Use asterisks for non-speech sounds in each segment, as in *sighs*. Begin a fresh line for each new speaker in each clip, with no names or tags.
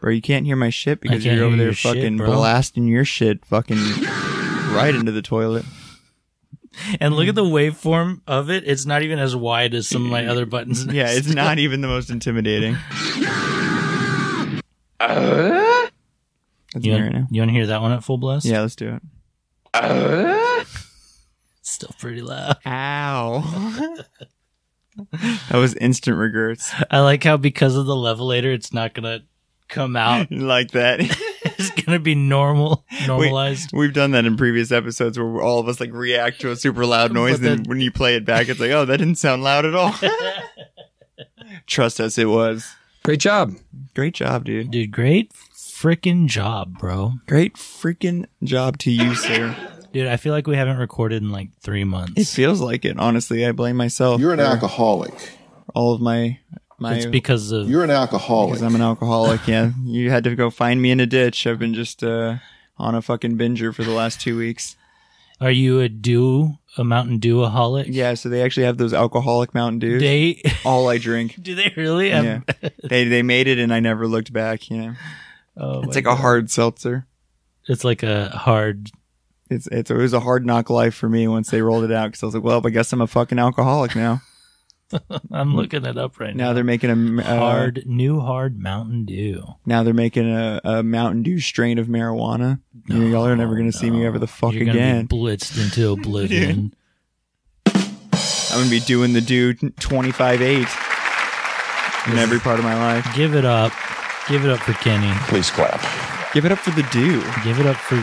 Bro, you can't hear my shit because
can't
you're over
hear
there
your shit,
fucking
bro.
blasting your shit fucking right into the
*laughs*
toilet.
And look at the waveform of it. It's not even as wide as some of my other buttons.
Hmm. *laughs* Yeah, it's not even the most intimidating. That's
You
me
want,
right now.
you want to hear that one at full blast?
Yeah, let's do it.
It's still pretty loud.
Ow. *laughs* that was instant regrets.
I like how because of the levelator, it's not gonna come out. *laughs*
like that.
it's gonna be normal, normalized.
We've done that in previous episodes where all of us like react to a super loud noise,
But
and then
then-
when you play it back, it's like, oh, that didn't sound loud at
*laughs*
all. Trust us, it was.
Great job.
Great job, dude.
Dude, great freaking job, bro.
Great freaking job to you, sir.
Dude, I feel like we haven't recorded in like three
It
months.
feels like it, honestly. I blame myself.
You're an
for
alcoholic.
All of my my
It's because of
You're an alcoholic.
because I'm an alcoholic.
*laughs*
Yeah, you had to go find me in a ditch. I've been just uh, on a fucking binger for the last two weeks.
Are you a dew, a Mountain Dewaholic?
Yeah, so they actually have those alcoholic Mountain Dews.
They *laughs*
all I drink.
do they really? have-
Yeah, they they made it, and I never looked back. You know,
*laughs* Oh my
it's like
God.
a hard seltzer.
It's like a hard.
It's, it's it was a hard knock life for me once they rolled it out because I was like, well, I guess I'm a fucking alcoholic now.
I'm
Hmm.
looking it up right now.
Now they're making a uh,
hard new hard Mountain Dew.
Now they're making a, a Mountain Dew strain of marijuana. You know, y'all are never gonna see me ever the fuck
You're gonna
again.
be blitzed
*laughs*
into oblivion.
I'm gonna be doing the Dew 25 eight in every part of my life.
Give it up. Give it up for Kenny.
Please clap.
Give it up for the Dew.
Give it up for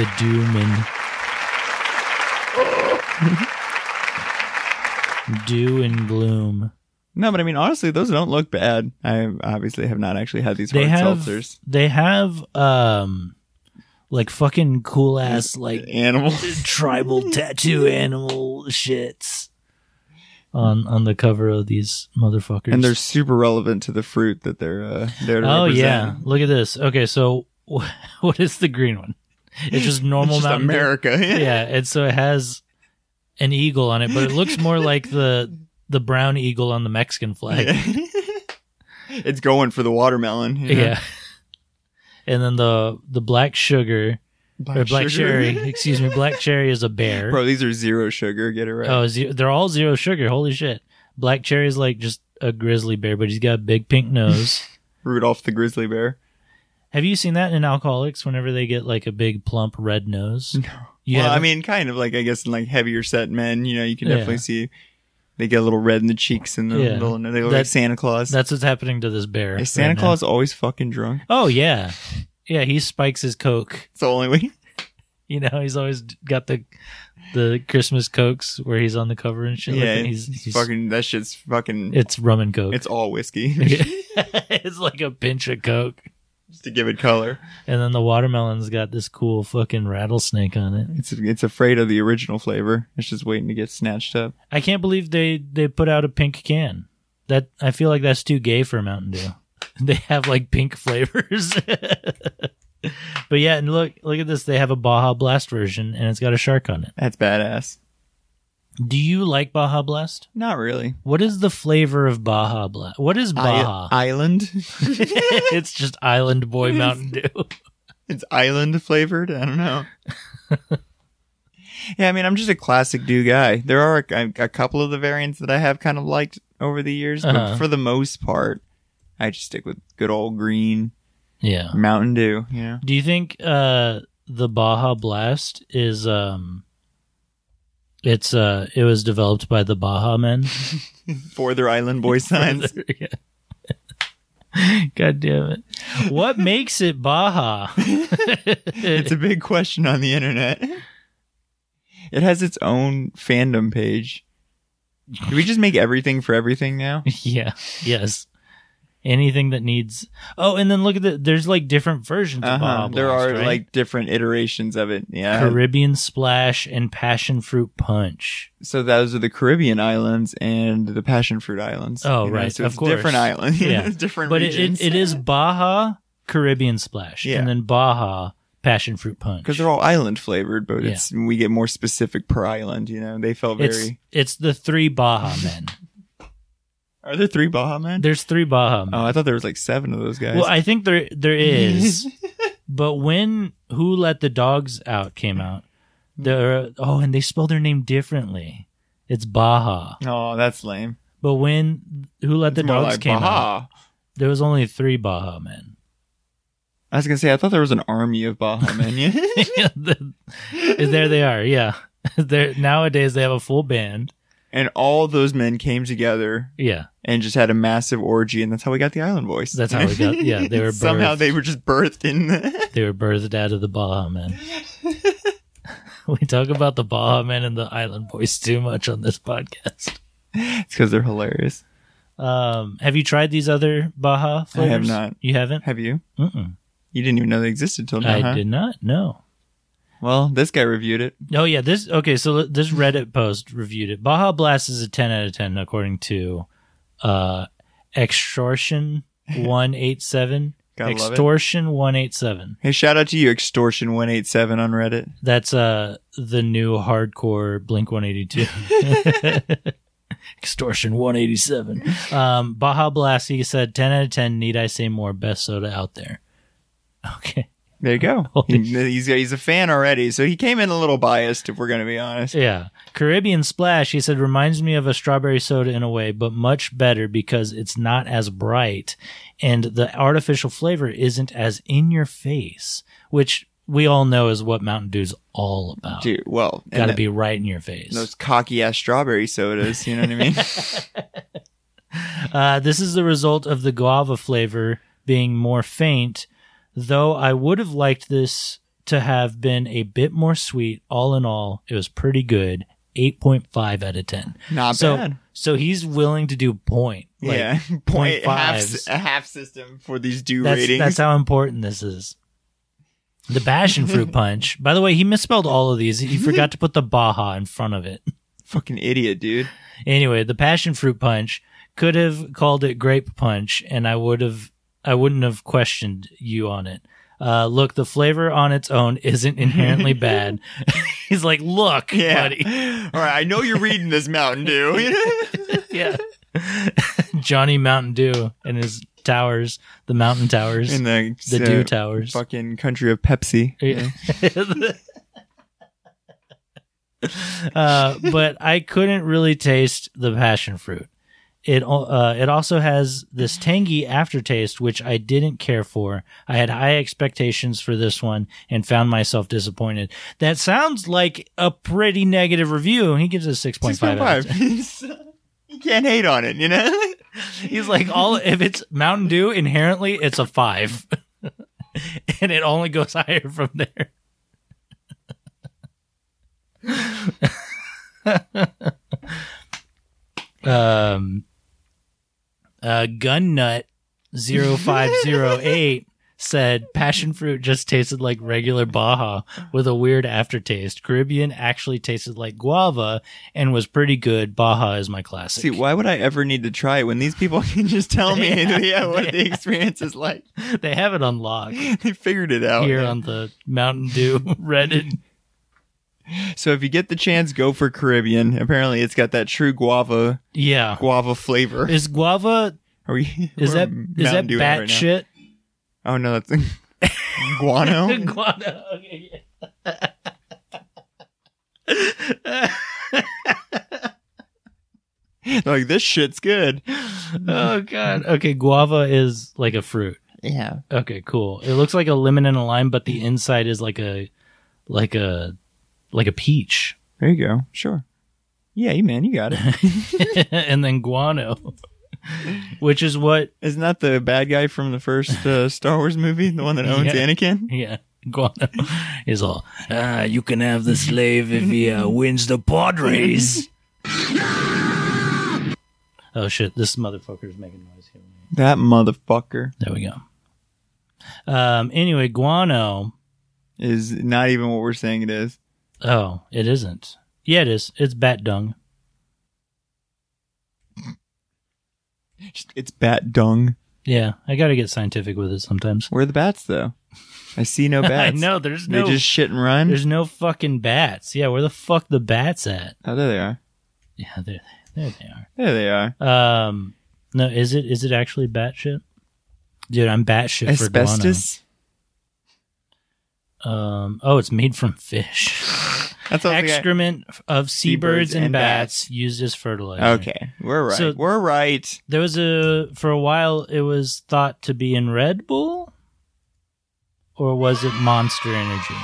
the
*laughs*
Dewman. Dew and gloom.
No, but I mean honestly, those don't look bad. I obviously have not actually had these
They
hard
have
seltzers.
they have um like fucking cool ass
*laughs*
like
Animal.
tribal tattoo animal shits on on the cover of these motherfuckers.
and they're super relevant to the fruit that they're uh, there to
oh yeah,
represent.
look at this. Okay, so *laughs* wh- what is the green one? It's just
It's
normal
just *laughs*
Mountain Dew.
America.
yeah, and so it has an eagle on it, but it looks more like the the brown eagle on the Mexican flag.
*laughs*
Yeah.
Yeah. it's going for the watermelon. you know?
And then the the black sugar
Black,
or black
sugar. *laughs*
cherry, *laughs* excuse me, black cherry is a bear.
Bro, these are zero sugar. Get it right.
Oh, ze- they're all zero sugar. Holy shit! Black cherry is like just a grizzly bear, but he's got a big pink nose.
*laughs* Rudolph the grizzly bear.
Have you seen that in alcoholics? Whenever they get like a big plump red nose. No. You
well, I
haven't?
mean, kind of like I guess in like heavier set men, you know, you can
Yeah.
definitely see they get a little red in the cheeks and the
Yeah.
little. They look like
That-
Santa Claus.
that's what's happening to this bear.
Is Santa
right now.
Claus always fucking drunk?
Oh yeah, yeah. He spikes his coke.
It's the only
*laughs*
way.
You know, he's always got the the Christmas cokes where he's on the cover and shit. like
yeah,
that. he's,
he's,
he's
fucking. That shit's fucking.
It's rum and coke.
it's all
*laughs*
whiskey *laughs*
it's like a pinch of coke.
just to give it color.
And then the watermelon's got this cool fucking rattlesnake on it.
It's it's afraid of the original flavor. It's just waiting to get snatched up.
I can't believe they they put out a pink can. That I feel like that's too gay for Mountain Dew. *laughs* They have like pink flavors. *laughs* but yeah, and look look at this. They have a Baja Blast version and it's got a shark on it.
That's badass.
Do you like Baja Blast?
Not really.
What is the flavor of Baja Blast? What
*laughs*
is Baja?
I- uh, island.
it's just Island Boy Mountain Dew. *laughs*
It's island flavored. I don't know. yeah, I mean, I'm just a classic Dew guy. There are a, a couple of the variants that I have kind of liked over the years,
Uh-huh.
but for the most part, I just stick with good old green
Yeah.
Mountain Dew. You know,
Do you think uh the Baja Blast is um it's uh it was developed by the Baja men?
for their island
*laughs*
boy signs.
God damn it. What makes
*laughs*
it Baja?
it's a big question on the internet. It has its own fandom page. Do we just make everything for everything
*laughs*
now?
yeah. Yes. Anything that needs Oh, and then look at the there's like different versions of Baja
Uh-huh. There
Blast,
are
right?
like uh, different iterations of it. Yeah.
Caribbean Splash and Passion Fruit Punch.
so those are the Caribbean islands and the Passion Fruit Islands.
Oh,
you know,
right,
So
of
it's
course.
*laughs* different islands. *laughs*
Yeah.
different
But it,
regions.
it, it is Baja Caribbean Splash
Yeah.
and then Baja Passion Fruit Punch.
because they're all island flavored, but
Yeah.
it's we get more specific per island. You know, they felt
It's
very
it's the three Baja men.
Are there three Baja men?
There's three Baja. Men.
oh, I thought there was like seven of those guys.
well, I think there
*laughs*
there is. But when Who Let the Dogs Out came out, there oh, and they spell their name differently. It's Baja.
oh, that's lame.
But when Who Let the
It's more
Dogs
like
came out,
Baja.
there was only three Baja men. *laughs*
I was gonna say I thought there was an army of Baja men. Yeah.
there they are. Yeah. *laughs* They're, nowadays they have a full band.
*laughs* and all those men came together
Yeah.
and just had a massive orgy, and that's how we got the Island Boys.
That's how we got- yeah,
*laughs*
they were
somehow
birthed.
they were just birthed in. The, *laughs*
They were birthed out of the Baja men. *laughs* we talk about the Baja men and the Island Boys too much on this podcast.
it's because they're hilarious.
Um, have you tried these other Baja
I have
flavors?
not.
You haven't?
Have you?
Mm-mm.
You didn't even know they existed till now.
I
huh?
did not. No.
Well, this guy reviewed it.
Oh yeah, this okay. So l- this Reddit post reviewed it. Baja Blast is a ten out of ten according to uh,
*laughs*
Extortion one eight seven.
Gotta love it.
Extortion one eight seven.
Hey, shout out to you, Extortion One Eight Seven on Reddit.
That's uh the new hardcore Blink one
*laughs*
eighty two. *laughs* Extortion one eighty seven. Um, Baja Blast. He said ten out of ten. Need I say more? Best soda out there. Okay.
There you go.
*laughs* Holy
He- he's he's a fan already, so he came in a little biased, if we're gonna be honest.
Yeah. Caribbean Splash, he said, reminds me of a strawberry soda in a way, but much better because it's not as bright and the artificial flavor isn't as in your face, which we all know is what Mountain Dew's all about.
Dude, well, and
Got to
that-
be right in your face.
those cocky ass strawberry sodas. You know what I mean?
*laughs*
*laughs*
Uh, this is the result of the guava flavor being more faint, though I would have liked this to have been a bit more sweet. All in all, it was pretty good. 8.5 out of 10.
Not
so,
bad.
So he's willing to do point. Like,
yeah, *laughs* point half
fives.
a half system for these dew
That's,
ratings.
that's how important this is. The passion
*laughs*
fruit punch. By the way, he misspelled all of these. He forgot to put the Baja in front of it.
*laughs* Fucking idiot, dude.
Anyway, the passion fruit punch could have called it grape punch, and I would have, I wouldn't have questioned you on it. Uh, look, the flavor on its own isn't
*laughs*
inherently bad. *laughs* He's like, look,
Yeah. *laughs*
buddy. *laughs*
All right, I know you're reading this Mountain Dew. *laughs*
Yeah. *laughs* Johnny Mountain Dew and his towers, the mountain towers,
In the
the
uh,
dew towers. *laughs*
fucking country of Pepsi.
Yeah. uh, but I couldn't really taste the passion fruit. It al- uh, it also has this tangy aftertaste, which I didn't care for. I had high expectations for this one and found myself disappointed. That sounds like a pretty negative review. He gives it a six point
Six
five.
point
out
five.
of 10.
*laughs* You can't hate on it, you know.
He's like, all if it's Mountain Dew, inherently it's a five, *laughs* and it only goes higher from there. *laughs* um, uh, Gun Nut 0508 said passion fruit just tasted like regular Baja with a weird aftertaste. Caribbean actually tasted like guava and was pretty good. Baja is my
*laughs*
classic.
See, why would I ever need to try it when these people *laughs* can just tell me *laughs* yeah, what the experience is like?
*laughs*
*laughs*
they have it unlocked
They figured it out.
here on the
*laughs*
Mountain Dew Reddit.
so if you get the chance, go for Caribbean. Apparently, it's got that true guava
Yeah.
guava flavor.
Is guava
Are we?
is
we're
that is
Mountain
that
Dewing
bat
right now.
shit?
Oh no, that's *laughs* guano.
*laughs* Guava. Okay, yeah.
like this shit's good.
Oh god. Okay, guava is like a fruit.
Yeah.
Okay, cool. It looks like a lemon and a lime, but the inside is like a like a like a peach. *laughs*
There you go. Sure. Yeah, you man, you got it.
and then guano. *laughs* Which is what
Isn't that the bad guy from the first uh, Star Wars movie, the one that owns
Yeah.
Anakin?
yeah, *laughs* guano is all. Ah, you can have the slave if he uh, wins the pod
*laughs*
race. oh shit! This motherfucker's making noise here.
That motherfucker
There we go. Um. Anyway, guano.
is not even what we're saying it is.
Oh, it isn't. Yeah, it is. It's bat dung.
Just- It's bat dung.
Yeah, I gotta get scientific with it sometimes.
Where are the bats though? I see no
*laughs* I
bats.
know there's
They
no
just shit and run.
there's no fucking bats. Yeah, where the fuck the bats at?
Oh, there they are.
Yeah, there there they are.
There they are.
Um, No, is it is it actually batshit? Dude, I'm batshit
Asbestos.
for guano. Um, oh, it's made from
*laughs*
fish.
That's all I think I-
Excrement of seabirds and,
and
bats,
bats.
used as fertilizer.
Okay, we're right.
So-
we're right.
There was a for a while it was thought to be in Red Bull or was it Monster Energy?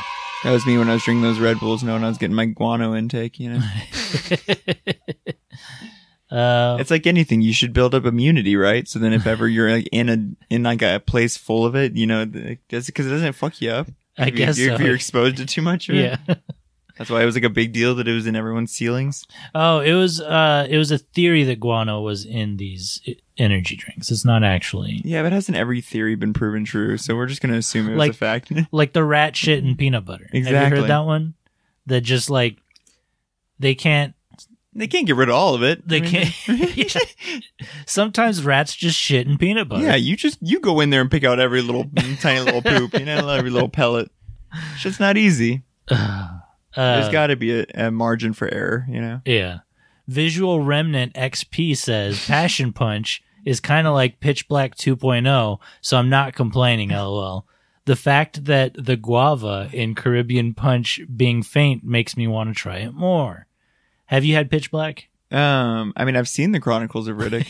That was me when I was drinking those Red Bulls, knowing I was getting my guano intake. You
*laughs*
know,
uh,
it's like anything. You should build up immunity, right? So then, if ever you're like in a in like a place full of it, you know, because it doesn't fuck you up.
I
If you-
guess
if
so.
you're exposed to too much. Of it.
*laughs* yeah.
that's why it was like a big deal that it was in everyone's ceilings.
Oh, it was uh it was a theory that guano was in these e- energy drinks. It's not actually
Yeah, but hasn't every theory been proven true? So we're just gonna assume it was
Like-
a fact. *laughs*
like the rat shit and peanut butter. Have you
Mm-hmm. Exactly.
heard that one? That just like they can't
they can't get rid of all of it.
they
I mean, *laughs*
can't *laughs* Yeah. sometimes rats just shit in peanut butter.
Yeah, you just you go in there and pick out every little *laughs* tiny little poop, you know, every little pellet. It's just not easy.
Uh,
There's got to be a, a margin for error, you know.
Yeah. Visual Remnant
*laughs*
XP says Passion Punch is kind of like Pitch Black 2.0, so I'm not complaining,
*laughs*
lol. The fact that the guava in Caribbean Punch being faint makes me want to try it more. Have you had Pitch Black?
Um, I mean, I've seen the Chronicles of
*laughs*
Riddick,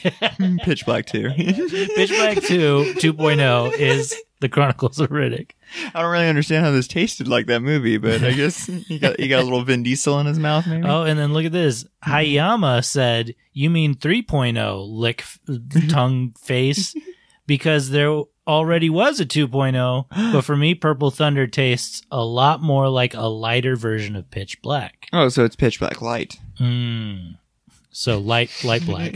Pitch Black too. *laughs*
Pitch Black 2 2.0 is the Chronicles of Riddick.
I don't really understand how this tasted like that movie, but I
*laughs*
guess he got he got a little Vin Diesel in his mouth, maybe.
Oh, and then look at this. Hayama said, "You mean 3.0 lick f- tongue face because there already was a 2.0, but for me Purple Thunder tastes a lot more like a lighter version of Pitch Black."
Oh, so it's Pitch Black
*laughs*
Light,
Mm. So light light black.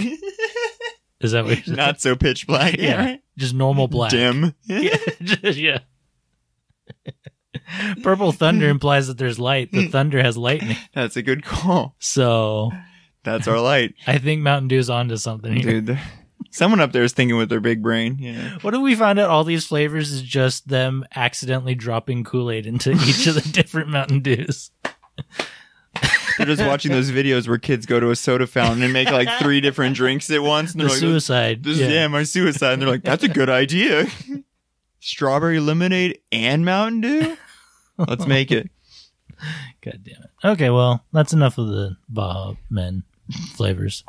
Is that what you're saying?
not so Pitch Black.
Yeah.
*laughs* right?
Just normal black.
dim.
*laughs* yeah. just- yeah. Purple Thunder implies that there's light. The thunder has lightning.
*laughs* That's a good call.
So
That's our
*laughs*
light,
I think Mountain Dew's onto something here.
dude. Someone up there is thinking with their big brain. You know.
What if we found out all these flavors is just them accidentally dropping Kool
*laughs*
Aid into each of the different Mountain Dews?
They're just watching those videos where kids go to a soda fountain and make like three different drinks at once. And
The
they're like, this,
suicide.
this is yeah, my suicide. And they're like, that's a good idea. *laughs* Strawberry lemonade and Mountain Dew? Let's make it.
God damn it. Okay, well, that's enough of the Baja Men flavors.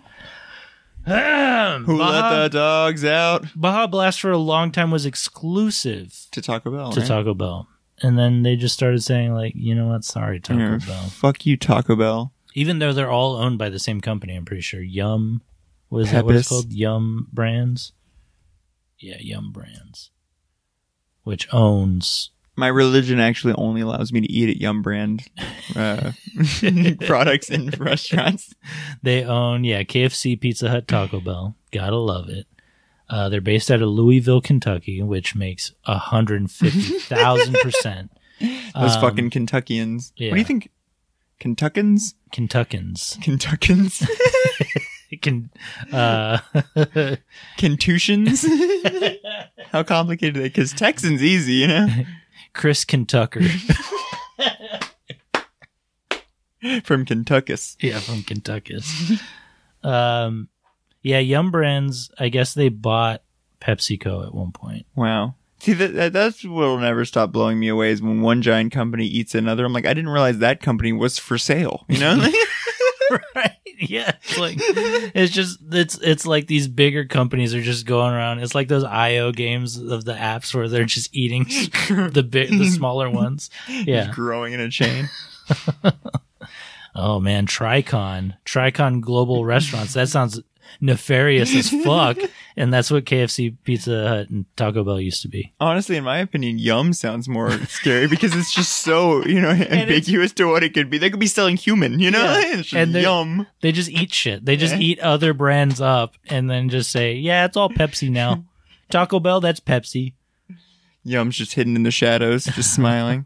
Ahem.
Who
Baja,
let the dogs out?
Baja Blast for a long time was exclusive
To Taco Bell.
to
right?
Taco Bell. And then they just started saying, like, you know what? Sorry, Taco
Yeah,
Bell.
Fuck you, Taco Bell.
Even though they're all owned by the same company, I'm pretty sure. Yum. What is that? What it's
Pepis.
called? Yum Brands. Yeah, Yum Brands, which owns.
My religion actually only allows me to eat at Yum Brand uh, *laughs* products in restaurants.
They own yeah KFC, Pizza
*sighs*
Hut, Taco Bell. Gotta love it. Uh, they're based out of Louisville, Kentucky, which makes hundred and fifty thousand percent
*laughs* Those
Um,
fucking Kentuckians. What do
yeah.
you think? Kentuckans?
*laughs* Kentuckans.
Kentuckans?
It can. Uh, *laughs*
Kentusians? How complicated they? Because Texan's easy, you
*laughs*
know.
Chris Kentucker.
From Kentuckus.
Yeah, from Kentucky. um, yeah, Yum Brands. I guess they bought PepsiCo at one point. *laughs*
Wow. See, that, that, that's what'll never stop blowing me away is when one giant company eats another. I'm like, I didn't realize that company was for sale. You
*laughs*
know?
right? Yeah. It's like it's just it's it's like these bigger companies are just going around. It's like those IO games of the apps where they're just eating *laughs* the big the smaller ones. Yeah.
Just growing in a chain.
Oh man, Tricon, Tricon Global Restaurants. That sounds nefarious as fuck. And that's what KFC, Pizza Hut, and Taco Bell used to be.
Honestly, in my opinion, Yum sounds more scary because it's just so, you
*laughs*
know, ambiguous to what it could be. They could be selling human, you know? *laughs*
Yeah.
It's just
And they're-
Yum.
They just eat shit. They just
Yeah.
eat other brands up and then just say, yeah, it's all
*laughs*
Pepsi now. Taco Bell, that's Pepsi.
Yum's just hidden in the shadows, just smiling.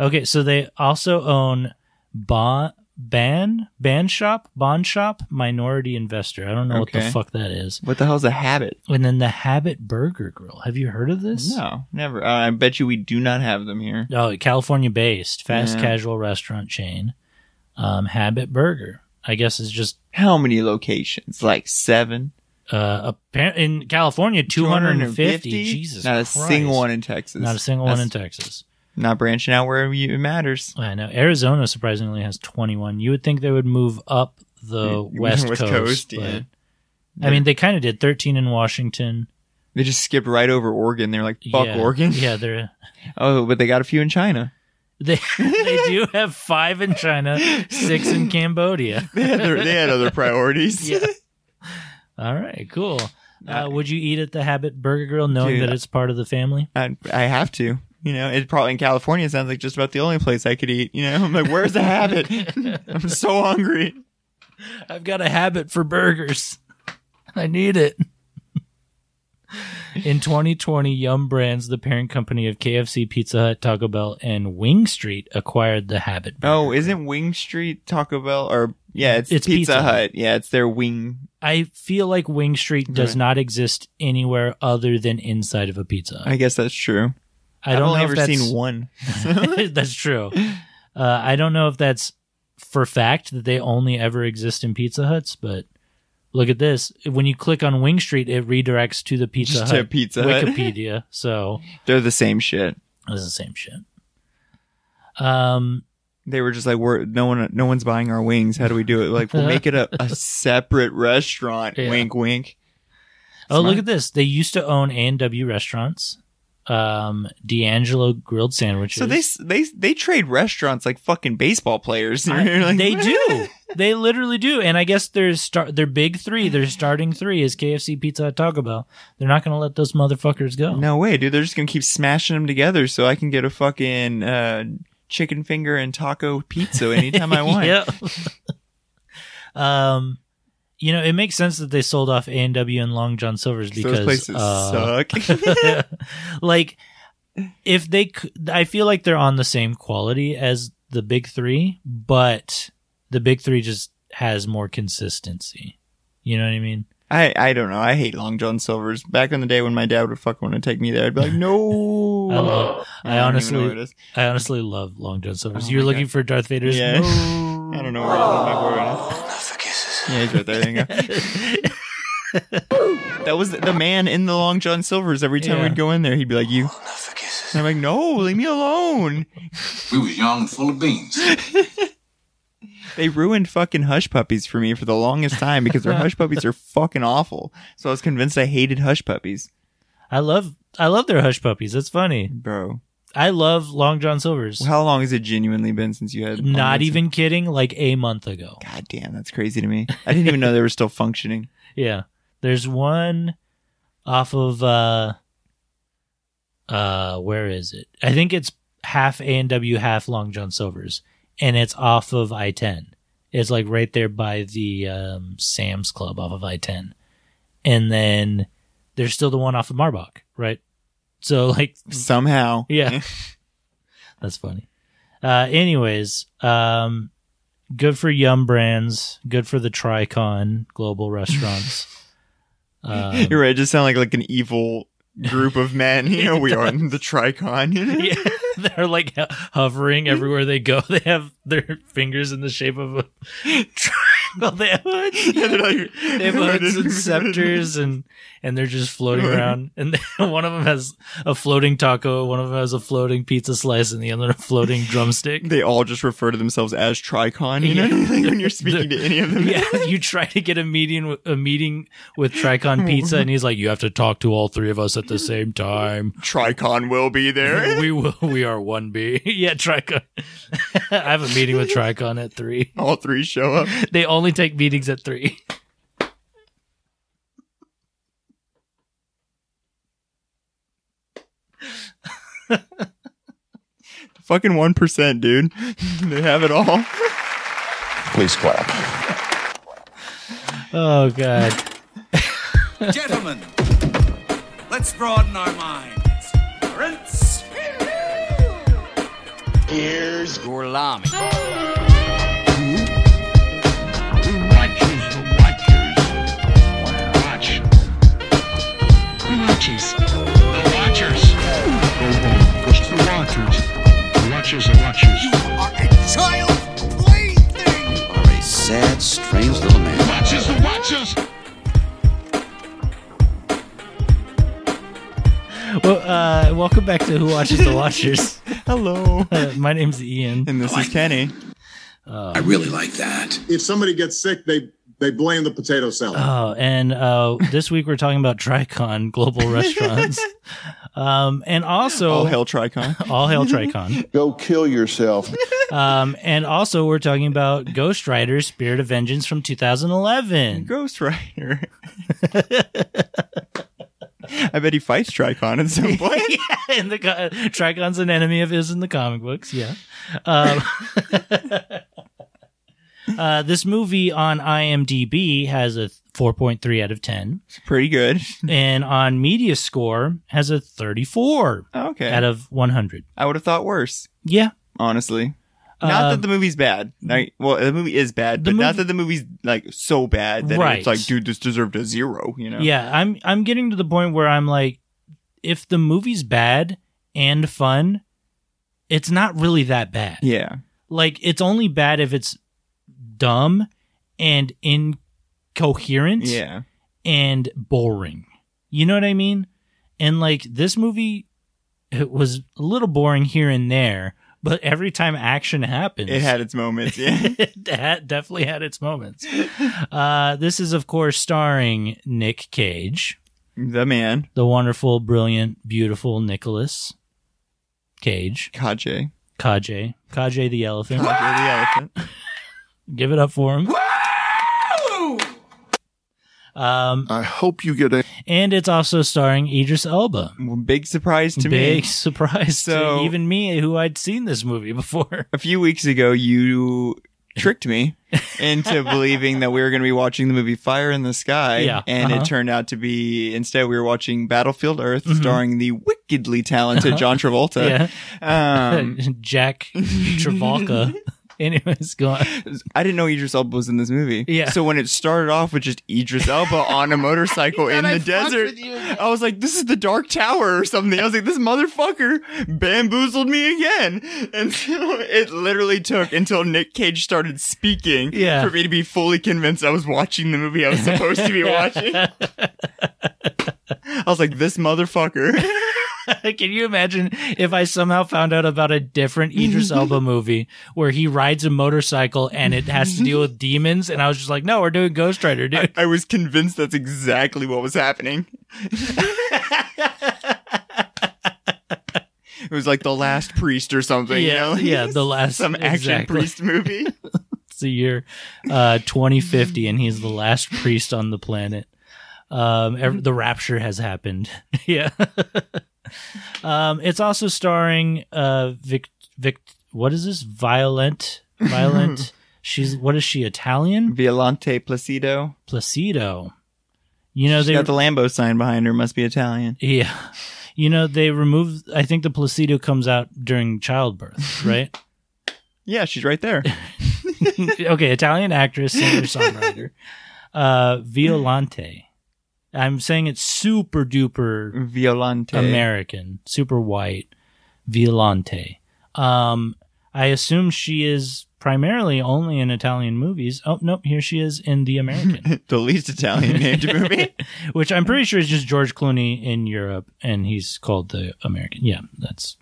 Okay, so they also own Bon Ban Ban Shop Bond Shop Minority Investor. I don't know what the
Okay.
fuck that is.
What the hell's a habit?
And then the Habit Burger Grill. Have you heard of this?
No, never. Uh, I bet you we do not have them here.
Oh, California based fast
Yeah.
casual restaurant chain, um, Habit Burger. I guess it's just
How many locations? Like seven?
Uh, appar- in California,
250?
250. Jesus
Not a
Christ.
single one in Texas.
Not a single one in
That's-
Texas.
Not branching out where you- it matters.
I know. Arizona, surprisingly, has 21. You would think they would move up the
Yeah,
West,
West
Coast.
Coast,
but-
yeah.
I mean, they kind of did 13 in Washington.
They just skipped right over Oregon. They're like, fuck
yeah,
Oregon.
Yeah, they're.
*laughs* Oh, but they got a few in China.
They, they do have five in China, six in Cambodia.
*laughs* They had, their, they had other *laughs* priorities.
Yeah. All right, cool. Uh,
Uh,
would you eat at the Habit Burger Grill knowing
Dude,
that it's part of the family?
I, I have to. You know, it probably in California sounds like just about the only place I could eat. You know, I'm like, where's the
*laughs*
habit? I'm so hungry.
I've got a habit for burgers. I need it. In 2020, Yum Brands, the parent company of KFC, Pizza Hut, Taco Bell, and Wing Street, acquired the Habit. Burger.
Oh, isn't Wing Street Taco Bell or yeah, it's,
It's
Pizza,
Pizza Hut.
Hut. Yeah, it's their wing.
I feel like Wing Street does
Right.
not exist anywhere other than inside of a pizza. Hut.
I guess that's true.
I, don't
I've only
know
ever
if that's,
seen one.
*laughs* that's true. Uh, I don't know if that's for fact that they only ever exist in Pizza Huts, but look at this. When you click on Wing Street, it redirects to the Pizza
Just to
Hut
Pizza Hut.
Wikipedia.
*laughs*
So
They're the same shit.
it's the same shit. Um,
They were just like, we're no one, no one's buying our wings. How do we do it? Like, we'll make it a,
*laughs*
a separate restaurant.
Yeah.
Wink, wink.
oh,
Smart.
look at this. They used to own A&W restaurants, um, D'Angelo grilled sandwiches.
So they s- they they trade restaurants like fucking baseball players. *laughs*
I-
You're like,
they do. They literally do. And I guess their start their big three, their starting three is KFC, Pizza Hut, Taco Bell. They're not going to let those motherfuckers go.
No way, dude. They're just gonna keep smashing them together so I can get a fucking uh, chicken finger and taco pizza anytime
*laughs*
I want.
yeah. um, you know, it makes sense that they sold off A and W and Long John Silver's
'Cause
because
Those places
uh,
suck.
*laughs*
*laughs*
like, if they, c- I feel like they're on the same quality as the big three, but the big three just has more consistency. You know what I mean?
I, I don't know. I hate Long John Silver's. Back in the day when my dad would fucking want to take me there, I'd be
*laughs*
like, no.
I love. I
don't even know
honestly,
where it is.
I honestly love Long John Silver's.
Oh
You're
my
looking for Darth Vader's.
Yeah. *laughs* I don't know where I love my boy Yeah, he's right there. there you go.
*laughs*
that was the man in the Long John Silver's. Every time
Yeah.
we'd go in there, he'd be like, you. And I'm like, no, leave me alone.
We was young and full of beans.
They ruined fucking hush puppies for me for the longest time because their hush puppies are fucking awful. So I was convinced I hated hush puppies,
I love. I love their hush puppies. That's funny.
bro.
I love Long John Silver's.
How long has it genuinely been since you had? Long
Not
John
even kidding, like a month ago.
Silver? God damn, that's crazy to me. I didn't even know they were still functioning.
Yeah. There's one off of uh uh where is it? I think it's half A and W, half Long John Silver's. And it's off of I ten. It's like right there by the um Sam's Club off of I ten. And then there's still the one off of Marbach, right? So *laughs* like
Somehow,
yeah. *laughs* That's funny. Uh, anyways, um, good for Yum Brands. Good for the Tricon Global Restaurants. um,
*laughs* you're right. It just sound like like an evil group of men. You know, we are in the Tricon.
*laughs* yeah, they're like ho- hovering everywhere they go. They have their fingers in the shape of a *laughs* triangle. They have,
*laughs*
*laughs*
Yeah, they're like-
they have hoods and scepters, and and they're just floating around. And they, *laughs* one of them has a floating taco, one of them has a floating pizza slice, and the other
*laughs*
a floating drumstick.
They all just refer to themselves as Tricon. You know,
Yeah.
*laughs* like when you're speaking to any of them.
yeah, *laughs* you try to get a meeting a meeting with Tricon Pizza, and he's like, "You have to talk to all three of us at the same time.
Tricon will be there.
We will, we are one B. *laughs* yeah, Tricon. I have a meeting with Tricon at three.
all three show up.
They only take meetings at three.
Fucking one percent, dude. *laughs* they have it all.
Please clap.
Oh god.
Gentlemen, let's broaden our minds. Rinse. Here's Gourlami.
Watchers, the watchers. Watch. The watchers. The watchers. Go home. Goes to the watchers. The watchers, the watchers.
Are a child plaything.
Are a sad, strange little man.
Watchers, the watchers.
Well, uh, welcome back to Who Watches the Watchers.
Hello.
*laughs* Uh, my name's Ian.
And this is Kenny.
I really like that.
If somebody gets sick, they they blame the potato salad.
Oh, and uh, this week we're talking about Tricon Global
*laughs*
Restaurants. Um, and also,
All hail Tricon.
all hail Tricon.
Go kill yourself.
Um, and also, we're talking about Ghost Rider Spirit of Vengeance from 2011.
Ghost Rider. *laughs* I bet he fights Tricon at some point.
*laughs* *laughs* yeah, in the co- Tricon's an enemy of his in the comic books. Yeah. Um, *laughs* uh, this movie on IMDb has a 4.3 out of 10,
It's pretty good.
and on Media Score has a 34 out
Okay.
of 100.
I would have thought worse,
Yeah.
honestly. Not
Um,
that the movie's bad. Like, well, the movie is bad,
The
but not
movie-
that the movie's like so bad that
Right.
it's like, dude, this deserved a zero. You know?
Yeah, I'm I'm getting to the point where I'm like, if the movie's bad and fun, it's not really that bad.
Yeah.
Like it's only bad if it's dumb and incoherent
Yeah.
and boring. You know what I mean? And like this movie it was a little boring here and there, but every time action happens
It had its moments. *laughs* Yeah.
*laughs* it had- definitely had its moments. Uh, this is, of course, starring Nick Cage,
the man.
the wonderful, brilliant, beautiful Nicholas Cage,
Kaje.
Kaje, Kaje the elephant.
Kaje the elephant.
Give it up for him. Um,
I hope you get a
and it's also starring Idris Elba.
Well,
*laughs*
Big surprise to me.
Big *laughs* surprise
So-
to even me, who I'd seen this
*laughs*
movie before.
a few weeks ago you tricked
*laughs*
me into believing that we were going to be watching the movie Fire in the Sky
Yeah,
and
uh-huh. Mm-hmm.
it turned out to be instead we were watching Battlefield Earth starring the wickedly talented John Travolta.
Uh-huh. Yeah, *laughs*
Um
Jack
*laughs*
Travolta. Anyways, go on. *laughs*
I didn't know Idris Elba was in this movie.
Yeah.
So when it started off with just Idris Elba
*laughs*
on a motorcycle in the desert, I was like, this is the Dark Tower or something. I was like, this motherfucker bamboozled me again. And so it literally took until Nick Cage started speaking
Yeah.
for me to be fully convinced I was watching the movie I was supposed
*laughs*
to be watching. I was like, this motherfucker.
Can you imagine if I somehow found out about a different Idris
*laughs*
Elba movie where he rides a motorcycle and it has to
*laughs*
deal with demons? And I was just like, no, we're doing Ghost Rider, dude.
I was convinced that's exactly what was *laughs* happening. it was like the last priest or something. you
Yeah,
know?
yeah, The Last-
some action
exactly.
priest movie.
It's the year uh, 2050, and he's the last priest on the planet. Um, ev- the rapture has happened. *laughs* yeah. um, it's also starring uh, Vic, Vic. What is this? Violent,
*laughs*
violent. She's what is she?
*laughs*
Italian?
Violante Placido.
Placido. You know
She
they
got the Lambo sign behind her. Must be Italian.
*laughs* Yeah. You know, they remove, I think the Placido comes out during childbirth, right?
Yeah, she's right *laughs* there.
okay, Italian actress, singer, songwriter. Uh, Violante. I'm saying it's super duper
Violante.
American, super white, Violante. Um, I assume she is primarily only in Italian movies. Oh, nope, here she is in The American,
*laughs* the least Italian *laughs* named movie.
which I'm pretty sure is just George Clooney in Europe, and he's called The American. Yeah, that's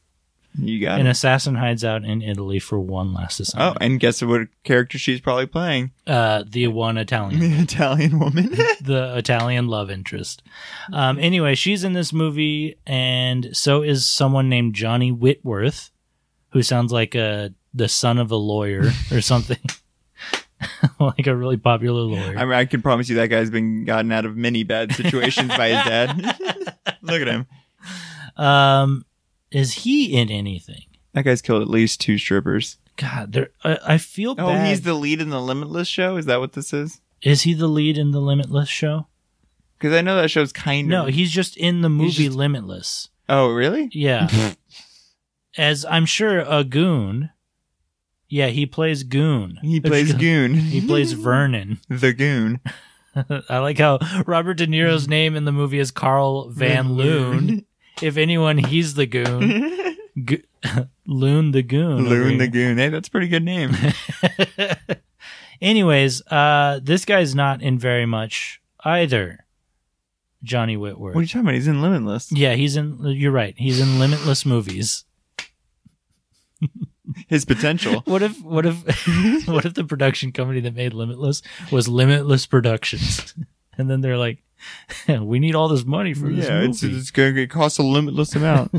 You got
An
it.
assassin hides out in Italy for one
Oh,
last assignment.
and guess what character she's probably playing? *laughs*
Uh, the one Italian,
The Italian *laughs* woman.
the Italian love interest. Um, anyway, she's in this movie, and so is someone named Johnny Whitworth, who sounds like a the son of
*laughs*
a lawyer or something, *laughs* like a really popular lawyer.
I mean, I can promise you that guy's been gotten out of many bad situations by his *laughs* dad. Look at him.
Um, is he in anything?
That guy's killed at least two strippers.
God, there. I, I feel
Oh,
bad.
he's the lead in the Limitless show. Is that what this is?
is he the lead in the Limitless show?
Because I know that show's kind
No,
of.
he's just in the movie
just-
Limitless.
oh, really? *laughs*
Yeah. As I'm sure a goon. Yeah, he plays goon.
He plays Goon. *laughs*
He *laughs* plays Vernon.
the
*laughs*
Goon.
I like how Robert De Niro's name in the movie is Carl Van Loon. *laughs* If anyone, he's the goon. *laughs* Go- Loon the goon. over
Loon the
here.
Goon. Hey, that's a pretty good
*laughs*
name.
Anyways, uh, this guy's not in very much either. Johnny Whitworth.
What are you talking about? He's in
*laughs*
Limitless.
yeah, he's in. You're right. He's in Limitless movies.
His potential.
What if what if what if the production company that made Limitless was Limitless Productions, *laughs* and then they're like, *laughs* we need all this money *laughs* for this
yeah, it's,
movie.
it's going to cost a limitless
*laughs*
amount.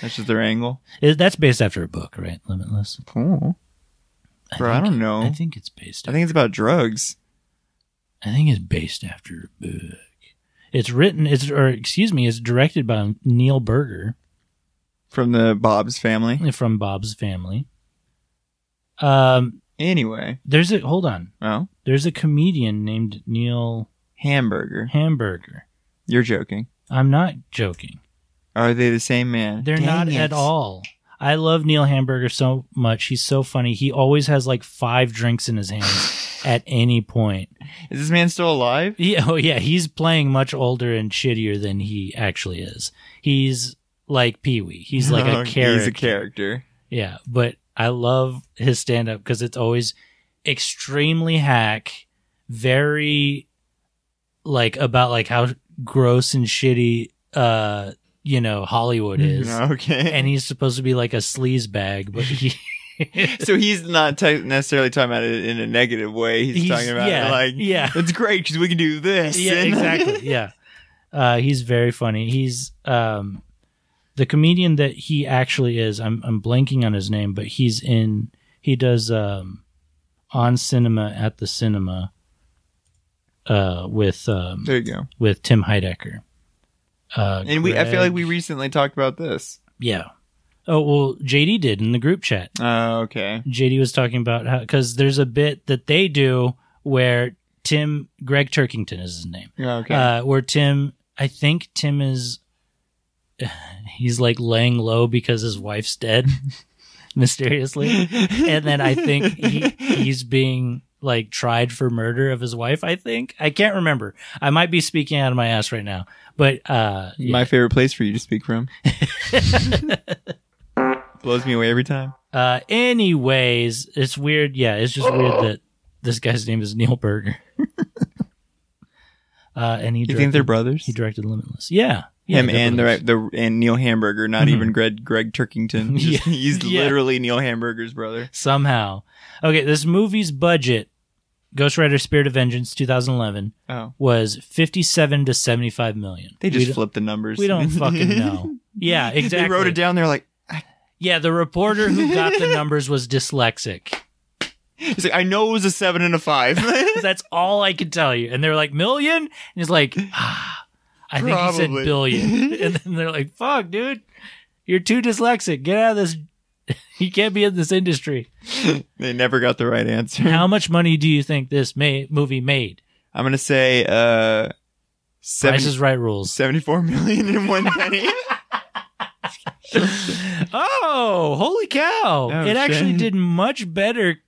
That's just their angle.
It- that's based after a book, right? Limitless.
Cool. Bro, I,
think-
don't know.
I think it's based.
I think it's about drugs.
I think it's based after a book. It's written, it's or excuse me, it's directed by Neil Berger
from the Bob's family.
from Bob's Family. Um,
Anyway,
there's a hold on.
oh,
There's a comedian named Neil
hamburger.
Hamburger.
You're joking.
I'm not joking.
Are they the same man?
They're
Dang
not
it.
at all. I love Neil Hamburger so much. He's so funny. He always has like five drinks in his hands
*sighs*
at any point.
Is this man still alive?
Yeah, *laughs* oh yeah, he's playing much older and shittier than he actually is. He's like Pee Wee. He's like a
*laughs*
character.
He's a character.
Yeah, but I love his stand up because it's always extremely hack, very like about like how gross and shitty uh you know Hollywood
Mm-hmm.
is.
Okay.
And he's supposed to be like a sleaze bag, but he
so he's not ta- necessarily talking about it in a negative way. He's,
He's-
talking about
yeah,
it like,
yeah.
it's great because we can do this.
yeah,
and- *laughs*
exactly. Yeah. Uh, he's very funny. He's um, the comedian that he actually is. I'm I'm blanking on his name, but he's in. He does um, on cinema at the cinema uh, with um,
there you go.
with Tim Heidecker. Uh,
And we, I feel
Greg-
like we recently talked about this.
yeah. Oh well, JD did in the group chat.
Oh, okay.
JD was talking about how because there's a bit that they do where Tim Greg Turkington is his name.
Yeah, Okay.
uh, where Tim, I think Tim is, *sighs* he's like laying low because his wife's dead *laughs* mysteriously. And then I think he, he's being like tried for murder of his wife. I think, I can't remember. I might be speaking out of my ass right now, but, uh, yeah.
My favorite place for you to speak
*laughs*
from. *laughs* Blows me away every time.
uh, anyways, it's weird. Yeah. It's just weird
*gasps*
that this guy's name is Neil Berger. *laughs* uh, and he,
You
directed,
think they're brothers?
he directed Limitless. Yeah. Yeah,
him
they're
and the,
brothers. Mm-hmm.
right- the and Neil Hamburger, not even Greg Greg
*laughs*
Turkington. Just-
Yeah.
He's
Yeah.
literally Neil Hamburger's brother.
somehow. Okay, this movie's budget, Ghost Rider: Spirit of Vengeance, 2011,
Oh,
was 57 to 75 million.
they
we
just
don't,
flipped the numbers.
we
*laughs*
don't fucking know. Yeah, exactly.
They wrote it down. They're like,
Yeah, the reporter who
*laughs*
got the numbers was dyslexic.
he's like, I know it was a seven and a five. *laughs*
That's all I can tell you. And they're like million, and he's like, ah, I think he
Probably.
said
*laughs*
billion. And then they're like, fuck, dude, you're too dyslexic. Get out of this. *laughs* You can't be in this industry.
they never got the right answer.
How much money do you think this ma- movie made?
I'm gonna say uh, seven,
Price is Right rules.
seventy-four million and one penny.
Oh, holy cow.
Oh,
it actually
shit.
did much better,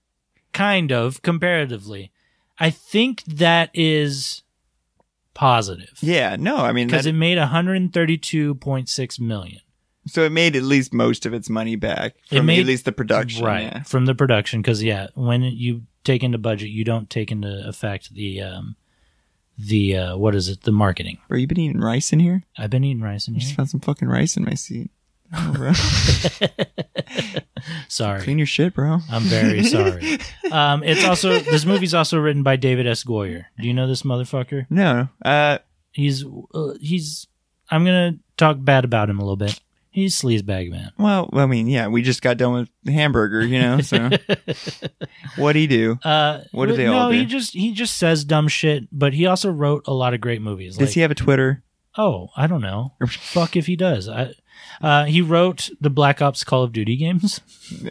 kind of, comparatively. I think that is positive.
yeah, no, I mean,
Because
that,
it made 132.6 million.
so it made at least most of its money back
It
from
made-
at least the production.
right.
yeah.
From the production. Because, yeah, when you take into budget, you don't take into effect the, um, the, uh, what is it? The marketing.
Bro, you been eating rice in here?
I've been eating rice in
I *laughs* just
here.
found some fucking rice in my
*laughs*
seat. Oh, bro.
Sorry.
Clean your shit, bro.
I'm
*laughs*
very sorry. Um, it's also, this movie's also written by David S. Goyer. Do you know this motherfucker?
No, uh,
He's uh, he's. I'm gonna talk bad about him a little bit. He's sleazebag man.
Well, I mean, yeah, we just got done with the hamburger, you know.
*laughs*
So, what'd he do?
Uh,
What do they
no,
all do?
he just he just says dumb shit, but he also wrote a lot of great movies.
Does
like,
he have a Twitter?
oh, I don't know.
*laughs*
Fuck if he does. I, uh, he wrote the Black Ops Call of Duty games.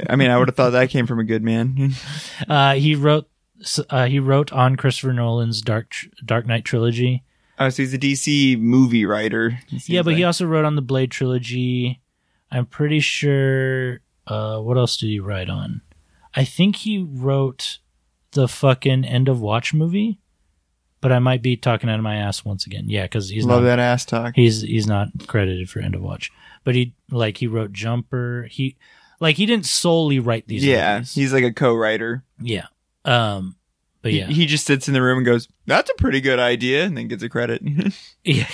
*laughs*
I mean, I would have thought that came from a good man. *laughs*
Uh, he wrote uh, he wrote on Christopher Nolan's Dark Tr- Dark Knight trilogy.
oh, so he's a DC movie writer. it seems
yeah, but he
like.
also wrote on the Blade trilogy. I'm pretty sure. Uh, what else did he write on? I think he wrote the fucking End of Watch movie, but I might be talking out of my ass once again. Yeah, because he's
love
not,
that ass talk.
he's he's not credited for End of Watch, but he like he wrote Jumper. He like he didn't solely write these.
yeah,
movies.
he's like a co-writer.
yeah. Um, But
He-
yeah,
He, just sits in the room and goes, "That's a pretty good idea," and then gets a credit. *laughs*
yeah.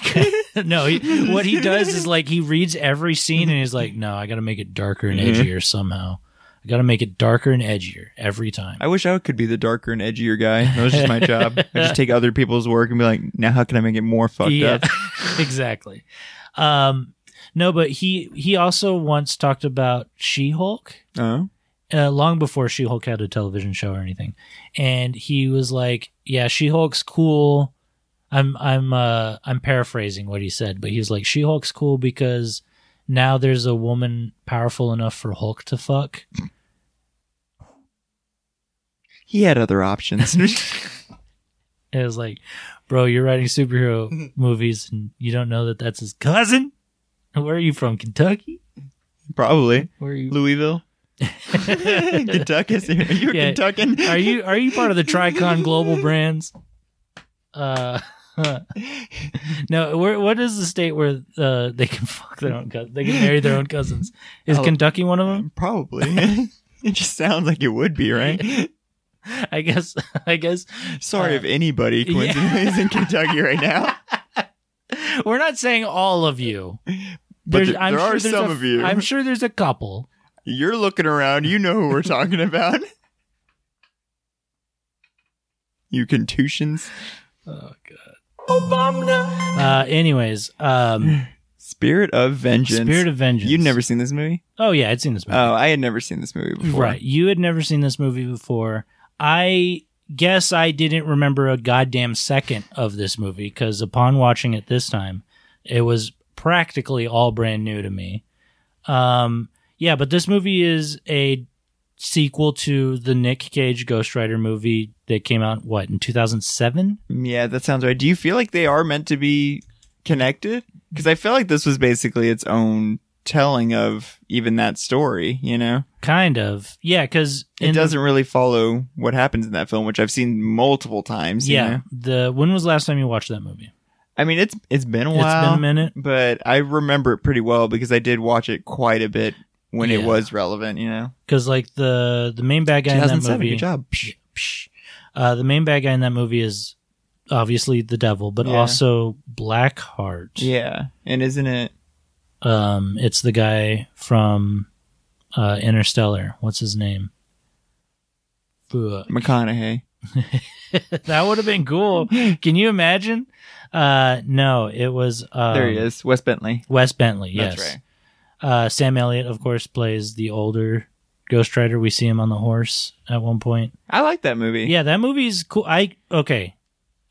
*laughs* no, he, what he does is like he reads every scene and he's like, no, I got to make it darker and
Mm-hmm.
edgier somehow. I got to make it darker and edgier every time.
I wish I could be the darker and edgier guy. That was just my job. I
*laughs*
just take other people's work and be like, "Now how can I make it more fucked up?"
exactly. Um, no, but he he also once talked about She Hulk.
Oh,
uh, long before She Hulk had a television show or anything. And he was like, "Yeah, She Hulk's cool." I'm I'm uh, I'm paraphrasing what he said, but he was like, "She Hulk's cool because now there's a woman powerful enough for Hulk to fuck."
he had other options. *laughs*
And it was like, "Bro, you're writing superhero movies and you don't know that that's his cousin." Where are you from, Kentucky?
Probably
Where are you? *laughs*
Louisville, Kentucky. Are you a
Yeah.
Kentuckian?
Are you are you part of the Tricon Global
*laughs*
Brands? Uh, *laughs* no. Where, what is the state where uh, they can *laughs* fuck their own cousins? They can marry their own cousins. Is
Oh.
Kentucky one of them?
Probably. *laughs* it just sounds like it would be, right?
I guess. *laughs* I guess
Sorry
Uh,
if anybody coincidentally *laughs* is in Kentucky right now,
we're not saying all of you.
but
There's-
there, there are
there's a-
some of you.
I'm sure there's a couple.
You're looking around. You know who we're talking about. *laughs* You contusions.
Uh, anyways, um,
Spirit of Vengeance.
Spirit of Vengeance.
You've never seen this movie?
Oh yeah, I'd seen this movie.
Oh, I had never seen this movie before.
Right. You had never seen this movie before. I guess I didn't remember a goddamn second of this movie because upon watching it this time, it was practically all brand new to me. Um, yeah, but this movie is a sequel to the Nick Cage Ghost Rider movie that came out, what, in 2007?
Yeah, that sounds right. Do you feel like they are meant to be connected? Because I feel like this was basically its own telling of even that story, you know?
Kind of. Yeah, because
It doesn't really follow what happens in that film, which I've seen multiple times. you
Yeah.
know?
The when was the last time you watched that movie?
I mean, it's it's been a
It's
while.
been a minute.
but I remember it pretty well because I did watch it quite a bit when it
Yeah.
was relevant. You know,
Because like the the main bad guy in that
2007.
movie.
Good job. Psh.
Psh. Uh, the main bad guy in that movie is obviously the devil, but
Yeah.
also Blackheart.
Yeah, and isn't it?
Um, it's the guy from uh, Interstellar. What's his name? Fuck.
McConaughey.
*laughs* that would have
*laughs*
been cool. Can you imagine? Uh, no, it was. Um,
there he is, Wes Bentley.
Wes Bentley. Yes.
That's right.
Uh, Sam Elliott, of course, plays the older Ghost Rider. We see him on the horse at one point.
I like that movie.
Yeah, that movie's cool. I okay.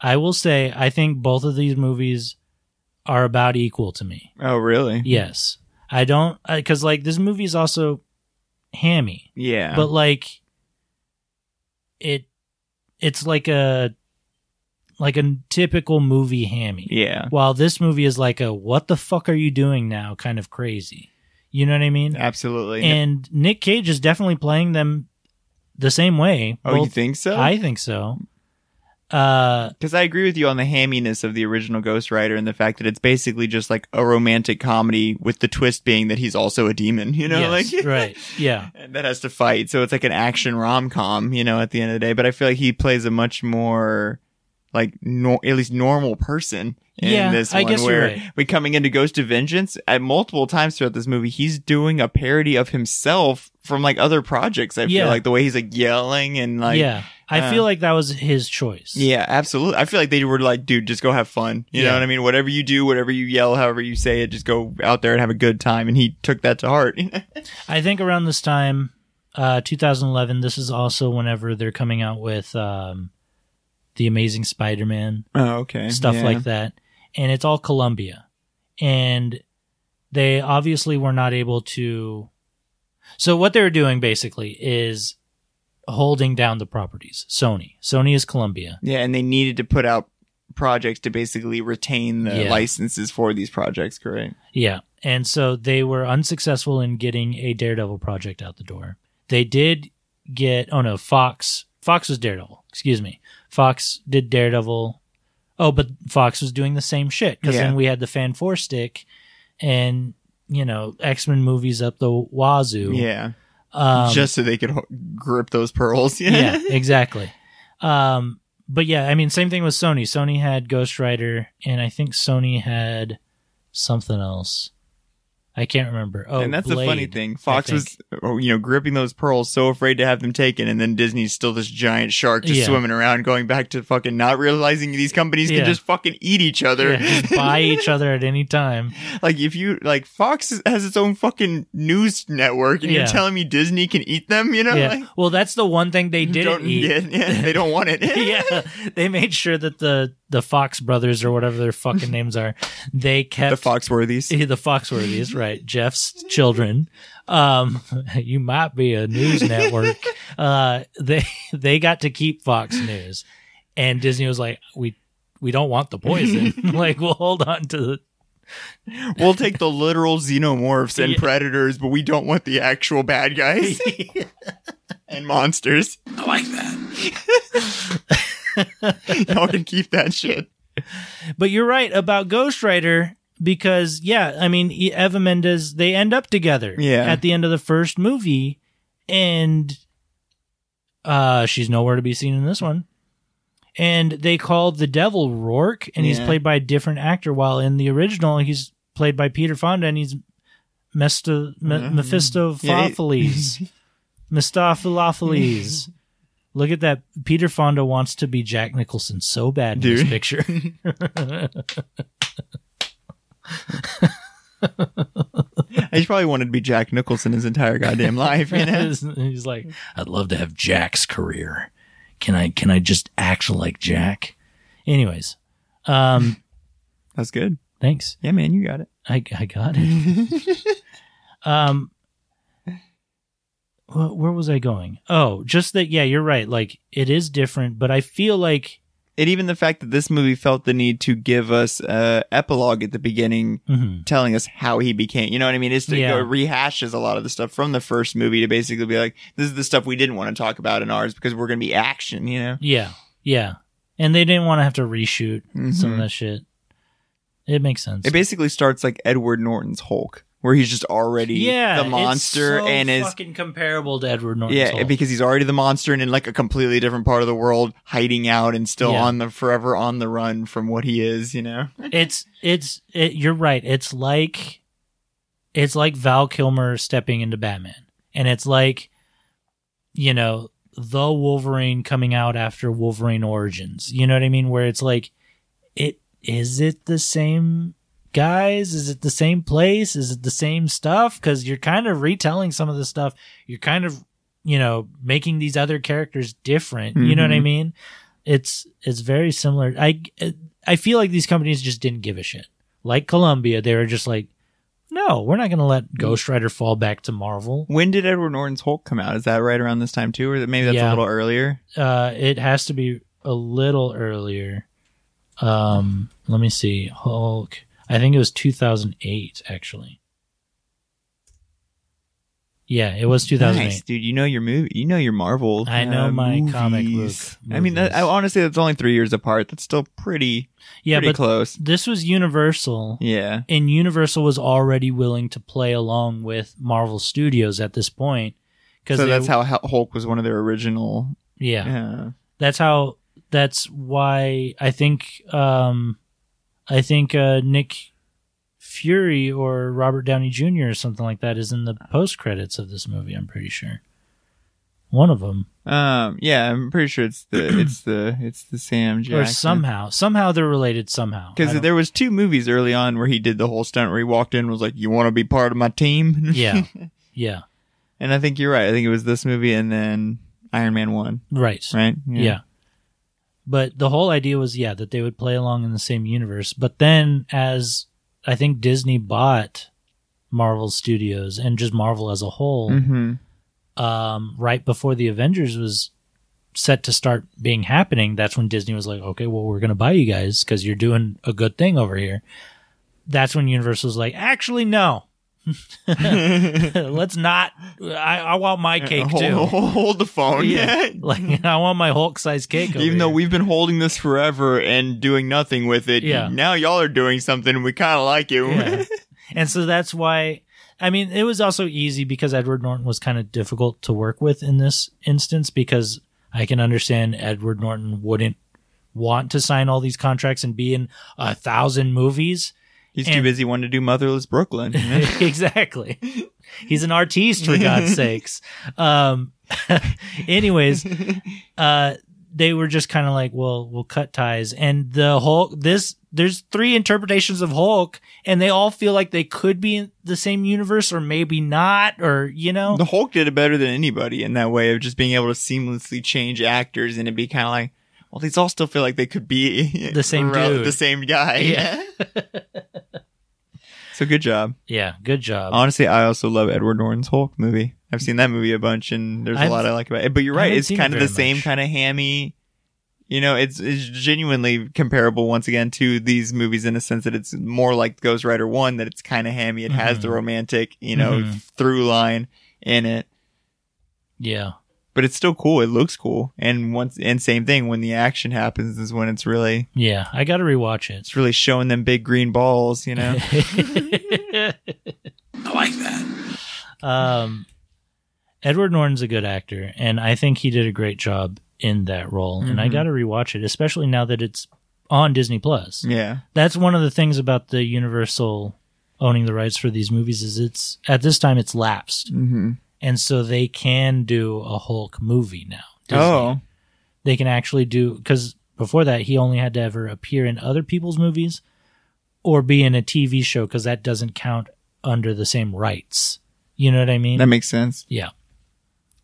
I will say I think both of these movies are about equal to me.
Oh, really?
Yes. I don't cuz like this movie's also hammy.
Yeah.
But like it it's like a like a typical movie hammy.
yeah.
While this movie is like a what the fuck are you doing now kind of crazy. You know what I mean?
Absolutely.
And Nick Cage is definitely playing them the same way.
oh, you
both-
think so?
I think so. Uh,
Because I agree with you on the hamminess of the original Ghost Rider and the fact that it's basically just like a romantic comedy with the twist being that he's also a demon. You know,
yes,
like *laughs*
right, yeah,
and that has to fight. So it's like an action rom com, you know, at the end of the day. But I feel like he plays a much more like nor- at least normal person in
Yeah,
this
I
one.
guess you're
where
right.
we coming into Ghost of Vengeance at multiple times throughout this movie, he's doing a parody of himself from like other projects. I
Yeah.
feel like the way he's like yelling and like
yeah. I
uh,
feel like that was his choice.
yeah, absolutely. I feel like they were like, dude, just go have fun. You
Yeah.
know what I mean? Whatever you do, whatever you yell, however you say it, just go out there and have a good time. And he took that to heart. *laughs*
I think around this time, uh, 2011. This is also whenever they're coming out with um, the Amazing Spider-Man
oh, okay.
stuff
Yeah.
like that, and it's all Columbia, and they obviously were not able to. So what they were doing basically is holding down the properties. Sony, Sony is Columbia.
Yeah, and they needed to put out projects to basically retain the
Yeah.
licenses for these projects, correct?
Yeah. And so they were unsuccessful in getting a Daredevil project out the door. They did get, oh no, Fox. Fox was Daredevil. Excuse me. Fox did Daredevil. Oh, but Fox was doing the same shit because
Yeah.
then we had the Fan Four stick and, you know, X Men movies up the wazoo.
Yeah.
Um,
Just so they could ho- grip those pearls. *laughs* Yeah.
yeah, exactly. Um, but yeah, I mean, same thing with Sony. Sony had Ghost Rider, and I think Sony had something else. I can't remember. Oh,
and that's the
Blade,
funny thing.
I
Fox
think.
was, oh, you know, gripping those pearls, so afraid to have them taken, and then Disney's still this giant shark just
Yeah.
swimming around, going back to fucking not realizing these companies
Yeah.
can just fucking eat each other. *laughs*
Yeah, just buy each other at any time.
like if you like, Fox is- has its own fucking news network, and
Yeah.
you're telling me Disney can eat them? You know,
Yeah.
like,
Well, that's the one thing they
don't
didn't eat. *laughs*
yeah, yeah, they don't want it.
yeah, they made sure that the the Fox brothers or whatever
*laughs*
their fucking names are, they kept
the Foxworthies.
Yeah, the Foxworthies, right? Jeff's children. Um, *laughs* you might be a news network. uh, they they got to keep Fox News, and Disney was like, we we don't want the poison. *laughs* like, we'll hold on to the
We'll take the literal xenomorphs and
Yeah.
predators, but we don't want the actual bad
*laughs*
guys and monsters.
I like that.
*laughs* Y'all can keep that shit.
But you're right about Ghost Rider because yeah, I mean E- Eva Mendes they end up together
Yeah.
at the end of the first movie and uh she's nowhere to be seen in this one. And they called the devil Rourke and he's
Yeah.
played by a different actor while in the original he's played by Peter Fonda and he's Mesto
Mm-hmm.
Me- Mephistopheles.
*laughs*
Mephistopheles. Look at that. Peter Fonda wants to be Jack Nicholson so bad in this
Dude.
picture.
He probably wanted to be Jack Nicholson his entire goddamn life. You
*laughs*
know?
he's like, I'd love to have Jack's career. Can I can I just act like Jack? Anyways, um,
That's good.
thanks.
Yeah, man, you got it.
I I got it. *laughs* um, wh- where was I going? Oh, just that. Yeah, you're right. Like it is different, but I feel like
And even the fact that this movie felt the need to give us a epilogue at the beginning
Mm-hmm.
mhm,
telling us how he became. You know what I mean? It's
Yeah.
it rehashes a lot of the stuff from the first movie to basically be like, this is the stuff we didn't want to talk about in ours because we're going to be action, you know?
yeah, yeah. And they didn't want to have to reshoot some of that shit. It makes sense.
Mm-hmm. It basically starts like Edward Norton's Hulk, where he's just already
yeah,
the monster
it's so
and is
fucking comparable to Edward Norton's
yeah,
Hulk.
because he's already the monster and in like a completely different part of the world, hiding out and still
Yeah.
on the forever on the run from what he is, you know.
it's it's it, you're right. It's like it's like Val Kilmer stepping into Batman, and it's like you know the Wolverine coming out after Wolverine Origins. You know what I mean? Where it's like it is it the same guys? Is it the same place? Is it the same stuff? Because you're kind of retelling some of the stuff. You're kind of you know making these other characters different. You know what I
Mhm.
mean? It's it's very similar. I I feel like these companies just didn't give a shit. Like Columbia, they were just like, no, we're not going to let Ghost Rider fall back to Marvel.
When did Edward Norton's Hulk come out? Is that right around this time too, or maybe that's
Yeah.
a little earlier?
Uh, it has to be a little earlier. Um, let me see. Hulk. I think it was 2008, actually. Yeah, it was 2008.
Nice, dude. You know your movie. You know your Marvel.
I know
uh,
my
movies.
comic book
I mean, that,
movies.
I, honestly, that's only three years apart. That's still pretty,
Yeah,
pretty
but
close.
this was Universal.
Yeah.
and Universal was already willing to play along with Marvel Studios at this point because
So that's how Hul- Hulk was one of their original. uh,
yeah,
Yeah.
that's how that's why I think um I think uh Nick Fury or Robert Downey Jr. or something like that is in the post credits of this movie. I'm pretty sure one of them
Um. Yeah. I'm pretty sure it's
*clears throat*
the it's the it's the Sam Jackson.
or somehow somehow they're related somehow I
Because
don't-
there was two movies early on where he did the whole stunt where he walked in and was like, "You want to be part of my team?"
*laughs*
*laughs*
*laughs* yeah yeah
and I think you're right. I think it was this movie and then Iron Man One,
right
right?
Yeah. But the whole idea was, yeah, that they would play along in the same universe. But then, as I think Disney bought Marvel Studios and just Marvel as a whole,
Mm-hmm.
um, right before the Avengers was set to start being happening, that's when Disney was like, okay, well, we're going to buy you guys because you're doing a good thing over here. That's when Universal was like,
*laughs*
actually, no. *laughs* Let's not. I, I want my cake
hold, *laughs*
too.
hold the phone. Yeah.
Like I want my Hulk size cake.
*laughs*
over
Even though
here.
we've been holding this forever and doing nothing with it,
Yeah.
now y'all are doing something and we kind of like it.
Yeah. *laughs* and so that's why I mean it was also easy because Edward Norton was kind of difficult to work with in this instance because I can understand Edward Norton wouldn't want to sign all these contracts and be in a thousand movies.
*laughs* He's too
And-
busy wanting to do Motherless Brooklyn. *laughs* you know?
*laughs* exactly. He's an artiste for God's sakes. Um, *laughs* anyways, uh, they were just kind of like, well, we'll cut ties. And the Hulk, this, there's three interpretations of Hulk, and they all feel like they could be in the same universe or maybe not, or, you know,
the *laughs* Hulk did it better than anybody in that way of just being able to seamlessly change actors and it'd be kind of like, well, these all still feel like they could be *laughs*
The same
rel-
dude.
the same guy.
Yeah.
*laughs* so good job.
yeah, good job.
Honestly, I also love Edward Norton's Hulk movie. I've seen that movie a bunch, and there's a
I've-
lot I like about it. But you're
I
right;
haven't
it's
seen it
kind of the
very
same
much.
kind of hammy. You know, it's it's genuinely comparable once again to these movies in a sense that it's more like Ghost Rider One, that it's kind of hammy. It has
Mm-hmm.
the romantic, you know, through line in it,
yeah.
but it's still cool. It looks cool, and once and same thing when the action happens is when it's really
Yeah. I got to rewatch it.
it's really showing them big green balls. You
*laughs*
know,
I like that.
um, Edward Norton's a good actor, and I think he did a great job in that role. And
Mm-hmm.
I got to rewatch it, especially now that it's on Disney Plus.
yeah.
That's one of the things about the Universal owning the rights for these movies is it's at this time it's lapsed,
Mm-hmm.
and so they can do a Hulk movie now. Disney.
Oh,
they can actually do because before that he only had to ever appear in other people's movies or be in a TV show because that doesn't count under the same rights. You know what I mean?
that makes sense.
Yeah.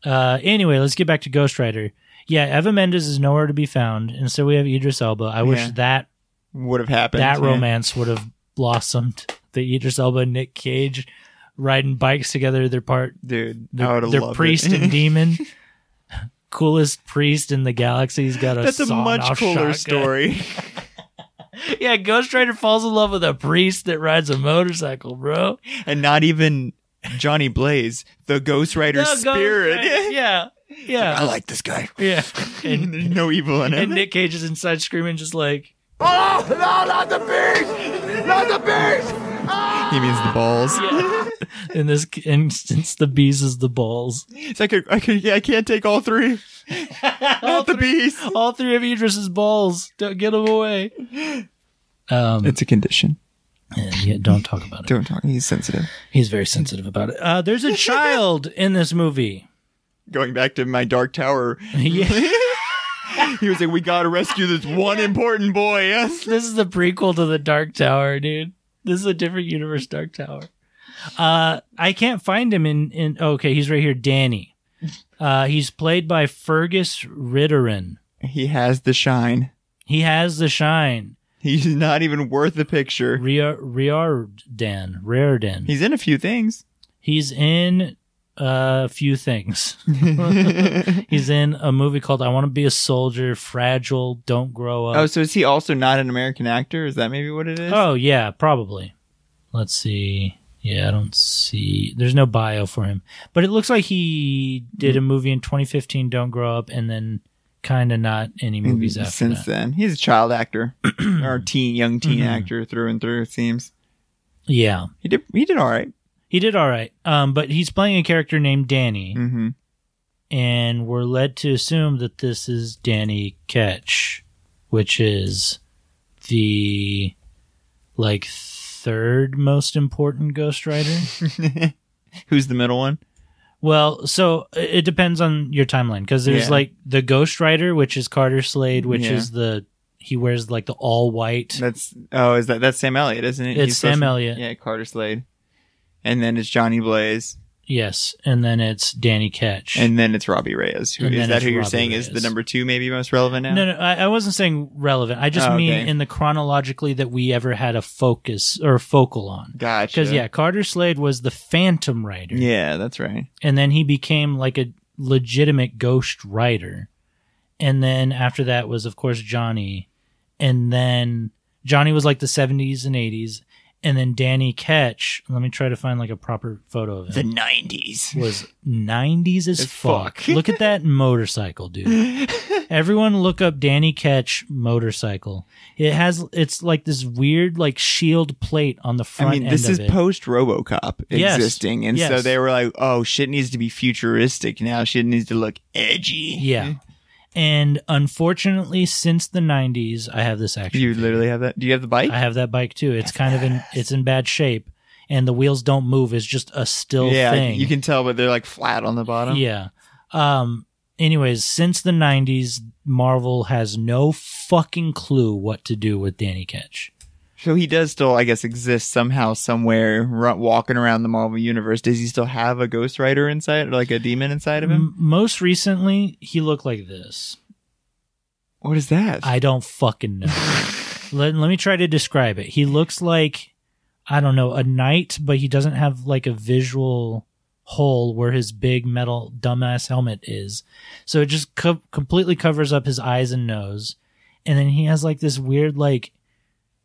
Uh, anyway, let's get back to Ghost Rider. Yeah, Eva Mendes is nowhere to be found, and so we have Idris Elba. I wish
Yeah.
that
Would have happened
that
yeah.
romance would have blossomed. The Idris Elba and Nick Cage riding bikes together, their part,
dude. I
their,
would've
their
loved *laughs*
priest
it.
and demon, coolest priest in the galaxy. He's got a
That's a much
sawed-off
cooler
shotgun.
story. *laughs*
Yeah, Ghost Rider falls in love with a priest that rides a motorcycle, bro.
and not even Johnny Blaze, the Ghost Rider
No, Ghost
spirit. *laughs*
Rider- yeah, yeah,
I like this guy. *laughs*
yeah. And
There's no evil in
and
him.
Nick Cage is inside screaming, just like
He means the balls.
in this instance, the bees is the balls.
*laughs* It's like, I, could, I, could, yeah, I can't take all
*laughs*
three. Not the beast.
All three of Idris's balls. Don't get them away. Um,
It's a condition.
and yeah, don't talk about it.
Don't talk. He's sensitive.
He's very sensitive about it. Uh, there's a child in this movie. *laughs*
Going back to my Dark Tower,
Yeah,
he was like, "We gotta rescue this one important boy." Yes.
this is the prequel to the Dark Tower, dude. This is a different universe, Dark Tower. Uh, I can't find him in in. oh, Okay, he's right here, Danny. Uh, he's played by Fergus Ritterin.
He has the shine.
He has the shine.
He's not even worth the picture.
Ria- Riordan. Riordan.
He's in a few things.
He's in a few
*laughs*
things. He's in a movie called I Want to Be a Soldier, Fragile, Don't Grow
Oh,
Up.
so is he also not an American actor? Is that maybe what it is?
Uh, Oh, yeah, probably. Let's see. Yeah, I don't see. There's no bio for him. But it looks like he did a
Hmm.
movie in 2015, Don't Grow Up, and then kind of not any movies after
Hmm, since
that. Mm-hmm.
then. He's a child
*clears throat*
actor or teen, young teen actor through and through. It seems
Yeah.
he did. He did all right.
He did all right. Um, but he's playing a character named Danny,
Mm-hmm. *laughs*
and we're led to assume that this is Danny Ketch, which is the like third most important
*laughs*
Ghost Rider.
Who's the middle one?
well, so it it depends on your timeline because there's
Yeah.
like the Ghost Rider, which is Carter Slade, which
Yeah.
is the he wears like the all white.
That's oh, is that that's Sam Elliott, isn't it?
It's Sam
supposed to-
Elliott.
Yeah, Carter Slade, and then it's Johnny Blaze,
Yes, and then it's Danny Ketch.
and then it's Robbie Reyes. Who
And
is
then
that?
it's
Who you're
Robbie
saying is the
Reyes.
number two, maybe most relevant now?
No, no, I, I wasn't saying relevant. I just
Oh,
mean
okay.
in the chronologically that we ever had a focus or focal on.
Gotcha.
Because yeah, Carter Slade was the Phantom Rider,
yeah, that's right.
and then he became like a legitimate Ghost Rider, and then after that was of course Johnny, and then Johnny was like the seventies and eighties, and then Danny Ketch. Let me try to find like a proper photo of
*laughs*
him.
'90s.
was 90s as
As
fuck.
fuck.
look at that
*laughs*
motorcycle, dude. Everyone look up Danny Ketch motorcycle. It has it's like this weird like shield plate on the front
I mean,
end
this
of
is
it.
post RoboCop
Yes.
existing, and so
Yes.
they were like, "Oh, shit needs to be futuristic now. Shit needs to look edgy."
yeah. And unfortunately, since the '90s, I have this action.
You
figure.
literally have that. Do you have the bike?
I have that bike too. It's kind of in it's in bad shape, and the wheels don't move. It's just a still
yeah,
thing.
you can tell, but they're like flat on the bottom.
Yeah. Um. Anyways, since the '90s, Marvel has no fucking clue what to do with Danny Ketch.
So he does still, I guess, exist somehow, somewhere, ru walking around the Marvel universe. Does he still have a Ghost Rider inside, or like a demon inside of him?
M- most recently, he looked like this.
What is that?
I don't fucking know. let, let me try to describe it. He looks like I don't know, a knight, but he doesn't have like a visual hole where his big metal dumbass helmet is. So it just co- completely covers up his eyes and nose. And then he has like this weird like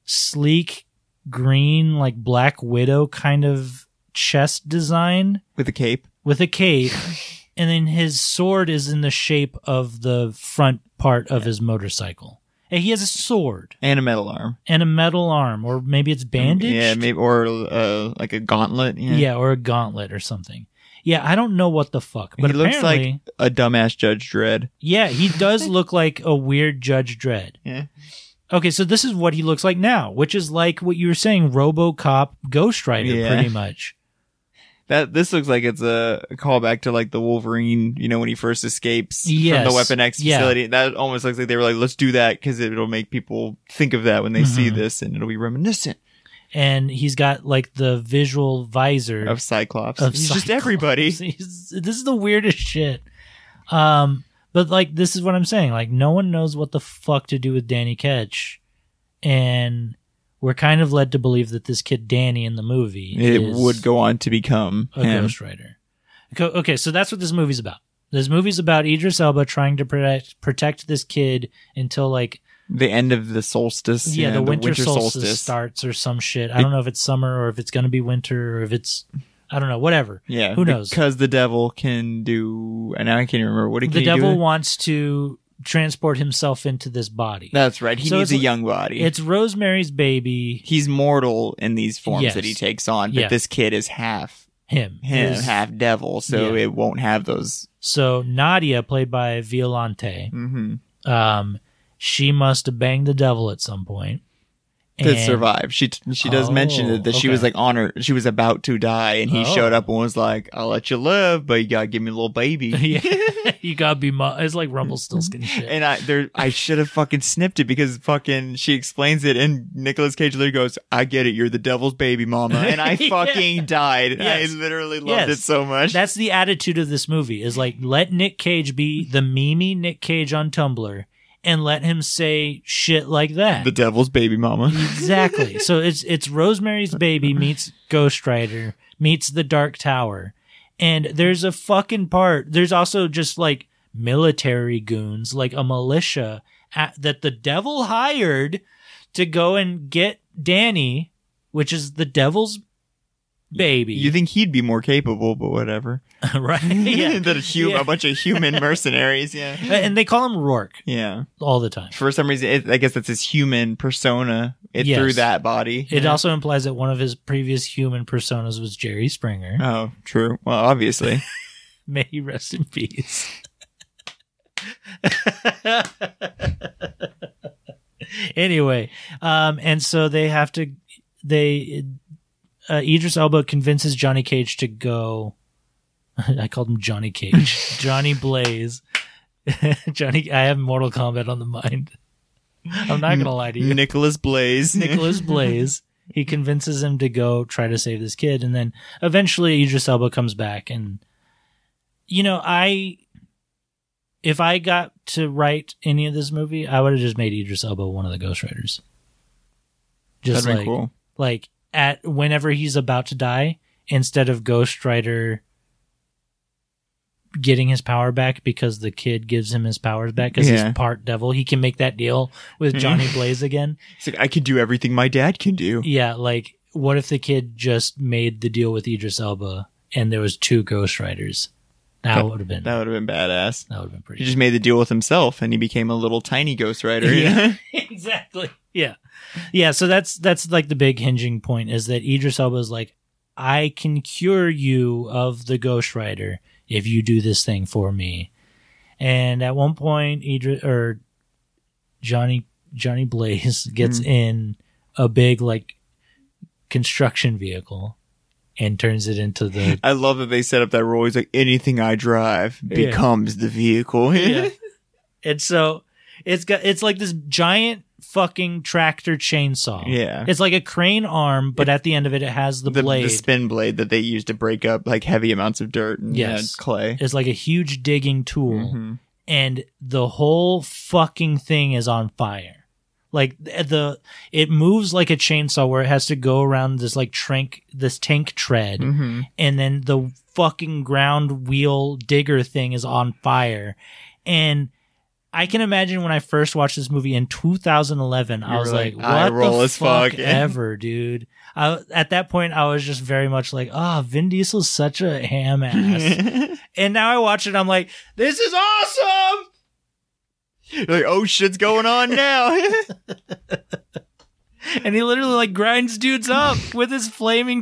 sleek green like black widow kind of chest design
With a cape.
with
*laughs*
a cape, and then his sword is in the shape of the front part of his motorcycle. And he has a sword
And a metal arm.
and a metal arm, or maybe it's bandaged.
Yeah, maybe, or uh, like a gauntlet. Yeah.
Yeah, or a gauntlet or something. Yeah, I don't know what the fuck,
But
but
he looks
apparently,
like a dumbass Judge Dredd. *laughs*
yeah, he does look like a weird Judge Dredd.
Yeah.
Okay, so this is what he looks like now, which is like what you were saying, RoboCop, Ghost Rider,
Yeah.
pretty much.
That this looks like it's a callback to like the Wolverine, you know, when he first escapes
Yes.
from the Weapon X
Yeah.
facility. That almost looks like they were like, let's do that because it'll make people think of that when they
Mm-hmm.
see this, and it'll be reminiscent
And he's got like the visual visor
of Cyclops.
of
He's just
Cyclops.
everybody.
*laughs* He's- this is the weirdest shit. Um, but like this is what I'm saying. Like no one knows what the fuck to do with Danny Ketch, and we're kind of led to believe that this kid Danny in the movie
It
is
would go on to become
a
him.
ghostwriter. Okay, okay, so that's what this movie's about. This movie's about Idris Elba trying to protect protect this kid until like
the end of the solstice.
yeah,
you know,
the, winter, solstice, starts or some shit. I don't know if it's summer or if it's gonna be winter or if it's I don't know whatever.
Yeah,
who knows?
Because the devil can do, and now I can't even remember what he can
the
do
devil
with-
wants to transport himself into this body.
That's right. He
So
needs a
it's-
young body.
It's Rosemary's baby,
he's mortal in these forms
Yes.
that he takes on, but
Yeah.
this kid is half
him.
him,
His-
half devil, so
Yeah.
it won't have those.
So Nadia, played by Violante,
Mm-hmm.
um, she must have banged the devil at some point.
To
And-
survive, she she does mention
Oh,
that, that she was
okay.
like on her, she was about to die, and he
Oh.
showed up and was like, "I'll let you live, but you gotta give me a little baby."
*laughs* Yeah, *laughs* you gotta be. Mu- it's like Rumpelstiltskin shit.
*laughs* And I there I should have fucking snipped it because fucking she explains it and Nicolas Cage literally goes, I get it, you're the devil's baby mama. And I
*laughs* Yeah.
fucking died.
Yes.
I literally loved
Yes.
it so much.
That's the attitude of this movie. Is like let Nick Cage be the memey Nick Cage on Tumblr, and let him say shit like that.
the devil's baby mama.
*laughs* Exactly. so it's it's Rosemary's Baby meets Ghost Rider meets The Dark Tower, and there's a fucking part. There's also just like military goons, like a militia at, that the devil hired to go and get Danny, which is the devil's baby.
You think he'd be more capable, but whatever.
*laughs* right?
*laughs*
*laughs* yeah.
Than a, hum-
Yeah.
a bunch of
*laughs*
human mercenaries, yeah.
And they call him Rourke
Yeah.
all the time.
For some reason, it, I guess that's his human persona it,
Yes.
through that body.
It also implies that one of his previous human personas was Jerry Springer.
Oh, true. Well,
*laughs*
obviously.
May he rest in peace. *laughs* anyway, um, and so they have to. They uh, Idris Elba convinces Johnny Cage to go. *laughs* I called him Johnny Cage, Johnny Blaze, *laughs* Johnny. I have Mortal Kombat on the mind. *laughs* I'm not gonna lie to you.
Nicholas Blaze. *laughs*
Nicholas Blaze. He convinces him to go try to save this kid, and then eventually Idris Elba comes back. And you know, I if I got to write any of this movie, I would have just made Idris Elba one of the ghostwriters. Just
That'd be
like
cool.
like at whenever he's about to die, instead of Ghost Rider getting his power back because the kid gives him his powers back because
Yeah.
he's part devil, he can make that deal
*laughs*
with Johnny Blaze again.
It's like, I could do everything my dad can do.
Yeah, like what if the kid just made the deal with Idris Elba and there was two Ghost Riders? That, would have been
That
that,
would have been badass.
would have been
He
pretty.
just made the deal with himself, and he became a little tiny Ghost Rider.
Yeah. exactly. Yeah, yeah. So that's that's like the big hinging point is that Idris Elba is like, I can cure you of the Ghost Rider if you do this thing for me, And at one point, Idris or Johnny Johnny Blaze *laughs* gets in a big like construction vehicle and turns it into the
*laughs* I love that they set up that rule. He's like, anything I drive
Yeah.
becomes the vehicle. *laughs*
yeah. *laughs* and so it's got it's like this giant fucking tractor chainsaw.
Yeah.
It's like a crane arm, but at the end of it it has the,
The,
blade.
the spin blade that they use to break up like heavy amounts of dirt and
Yes.
uh, clay. Mm-hmm.
It's like a huge digging tool and the whole fucking thing is on fire like th- the it moves like a chainsaw where it has to go around this like trank this tank tread
Mm-hmm.
and then the fucking ground wheel digger thing is on fire and I can imagine when I first watched this movie in 2011, I
You
was
were
like,
like, eye
"What
roll
the
as fuck." *laughs*
fuck ever, dude?" I, at that point, I was just very much like, "Ah, Vin Diesel's such a
*laughs*
ham ass," and now I watch it, I'm like, "This is awesome!"
You're like, oh shit's going on now. *laughs*
and he literally like grinds dudes up with his flaming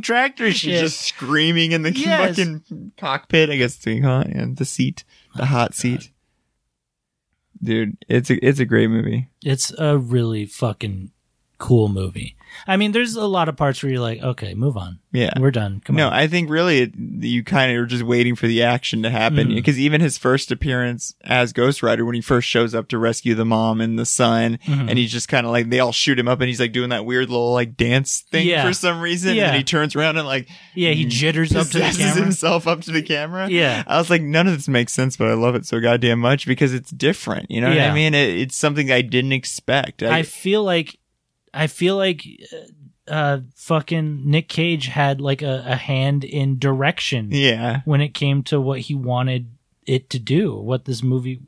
*laughs*
tractor
She's
shit.
just screaming in the
Yes.
fucking cockpit. I guess the huh? and the seat, the hot seat. Oh, Dude, it's a it's a great movie.
It's a really fucking cool movie. I mean, there's a lot of parts where you're like, okay, move on.
Yeah.
We're done. Come
no,
on.
I think really it, you kind of are just waiting for the action to happen because even his first appearance as Ghost Rider, when he first shows up to rescue the mom and the son, and he's just kind of like they all shoot him up, and he's like doing that weird little like dance thing
Yeah.
for some reason, and
Yeah.
then he turns around and like
yeah, he jitters up to the
Mm-hmm. possesses
camera.
himself up to the camera. *laughs*
Yeah.
I was like, none of this makes sense, but I love it so goddamn much because it's different. You know what
Yeah.
I mean? It, it's something I didn't expect. I,
I feel like, I feel like, uh, uh, fucking Nick Cage had like a, a hand in direction
yeah.
when it came to what he wanted it to do, what this movie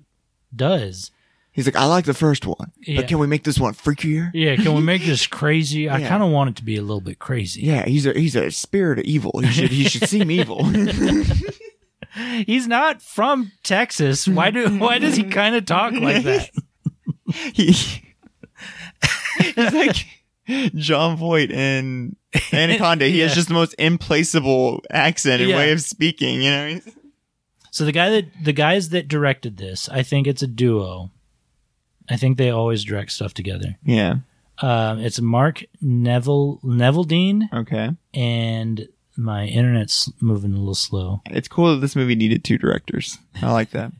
does.
He's like, I like the first one,
Yeah.
but can we make this one freakier?
Yeah, can we
*laughs*
make this crazy? I
Yeah.
kind of want it to be a little bit crazy.
Yeah, he's a he's a spirit of evil. He should he should seem
*laughs*
evil.
He's not from Texas. Why do why does he kind of talk like that?
he, *laughs* he's like John Voight in Anaconda. He
Yeah.
has just the most implaceable accent and
Yeah.
way of speaking. You know, He's-
So the guy that the guys that directed this, I think it's a duo. I think they always direct stuff together.
yeah.
Um, it's Mark Neville Neville Dean
Okay,
and my internet's moving a little slow.
it's cool that this movie needed two directors. I like that.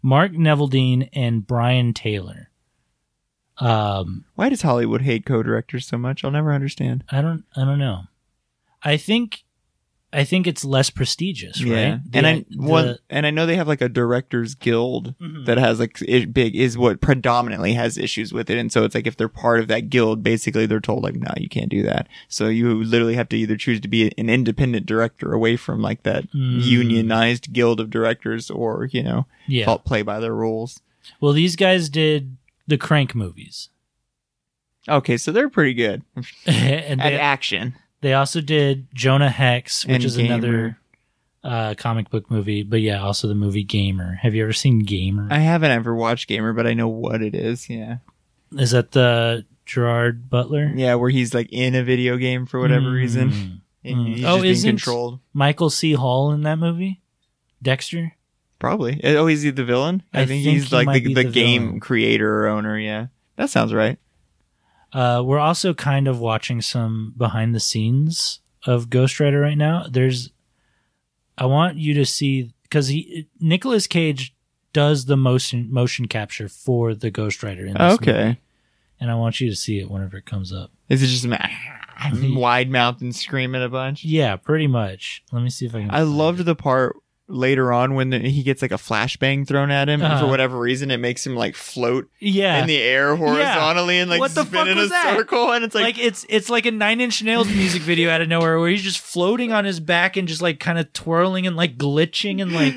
Mark Neville Dean and Brian Taylor. Um,
Why does Hollywood hate co-directors so much? I'll never understand.
I don't I don't know. I think I think it's less prestigious, right? The-
and I well,
the- Mm-hmm.
and I know they have like a directors guild that has like i- big is what predominantly has issues with it, and so it's like if they're part of that guild, basically they're told like, no, you can't do that. So you literally have to either choose to be an independent director away from like that
Mm.
unionized guild of directors, or you know,
Yeah.
fo- play by their rules.
Well, these guys did the Crank movies, *laughs*
Okay, so they're pretty good
and
at
they,
action.
they also did Jonah Hex, which
And
is another uh, comic book movie. But yeah, also the movie Gamer. Have you ever seen Gamer?
I haven't ever watched Gamer, but I know what it is. Yeah.
is that the Gerard Butler?
Yeah, where he's like in a video game for whatever reason. And he's
Oh,
just being
isn't-
controlled.
Michael C. Hall in that movie, Dexter.
Probably. Oh, is he the villain? I,
I
think,
think
he's
he
like
might be
the, the,
the
game
villain.
creator or owner, yeah. That sounds right.
Uh, we're also kind of watching some behind the scenes of Ghost Rider right now. There's, I want you to see because he Nicolas Cage does the motion motion capture for the Ghost Rider in this movie.
okay.
and I want you to see it whenever it comes up.
Is it just ah, him wide mouthed and screaming a bunch?
Yeah, pretty much. Let me see if I can.
I loved the part later on when the, he gets like a flashbang thrown at him, and
Uh-huh.
for whatever reason, it makes him like float
yeah,
in the air horizontally and like
What the fuck
spin in a
was that?
circle, and it's
like,
like,
it's it's like a Nine Inch Nails music video out of nowhere where he's just floating on his back and just like kind of twirling and like glitching
*laughs*
and like,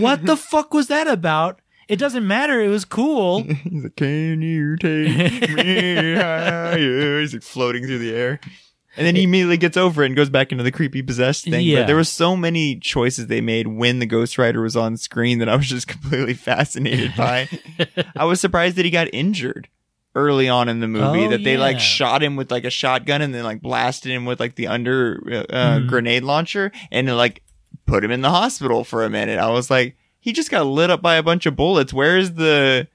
what the fuck was that about? It doesn't matter. It
*laughs*
was cool.
he's like, "Can you take me higher?" *laughs* He's like floating through the air, and then he immediately gets over it and goes back into the creepy possessed thing.
Yeah.
But there were so many choices they made when the Ghost Rider was on screen that I was just *laughs* completely fascinated *laughs* by. I was surprised that he got injured early on in the movie
Oh,
that they
yeah.
like shot him with like a shotgun and then like blasted him with like the Mm-hmm. under uh, uh, grenade launcher and it, like put him in the hospital for a minute. I was like. He just got lit up by a bunch of bullets. Where is the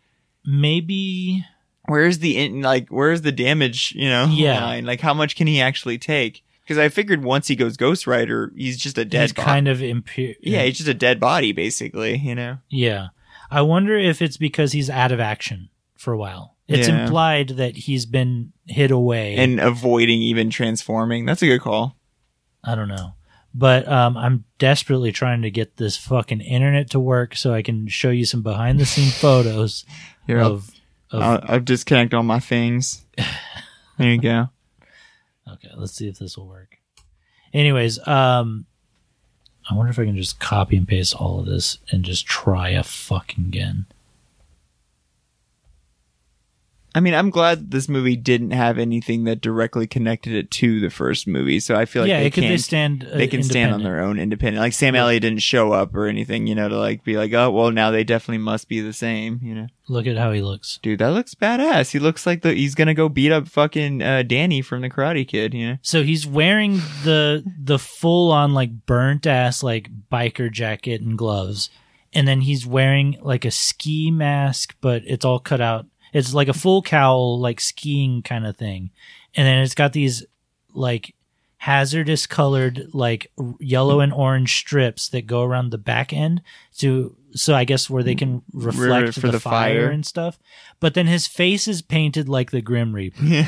Maybe
where's the in, like where's the damage you know
Yeah.
line? like how much can he actually take because i figured once he goes ghost rider he's just a dead
he's
body
kind of impure.
yeah he's just a dead body basically you know
Yeah. I wonder if it's because he's out of action for a while. It's
Yeah.
implied that he's been hid away.
and avoiding even transforming that's a good call
I don't know. But um, I'm desperately trying to get this fucking internet to work so I can show you some behind the scene photos
here I'll-
of. of
I'll, I'll disconnect all my
*laughs*
things there you go
Okay, let's see if this will work. Anyways, um, I wonder if I can just copy and paste all of this and just try a fucking again.
i mean i'm glad that this movie didn't have anything that directly connected it to the first movie so i feel like
yeah,
they
could
can
they stand? uh,
they can stand on
independent.
their own independent like sam elliott didn't show up or anything you know to like be like oh well now they definitely must be the same you know
Look at how he looks.
dude, that looks badass. He looks like the he's gonna go beat up fucking uh, Danny from the Karate Kid. You know,
So he's wearing the the full on like burnt ass like biker jacket and gloves, and then he's wearing like a ski mask, but it's all cut out. It's like a full cowl, like skiing kind of thing, and then it's got these like hazardous colored like r- yellow and orange strips that go around the back end to so I guess where they can reflect
for
the,
the
fire
fire.
and stuff. But then his face is painted like the Grim Reaper.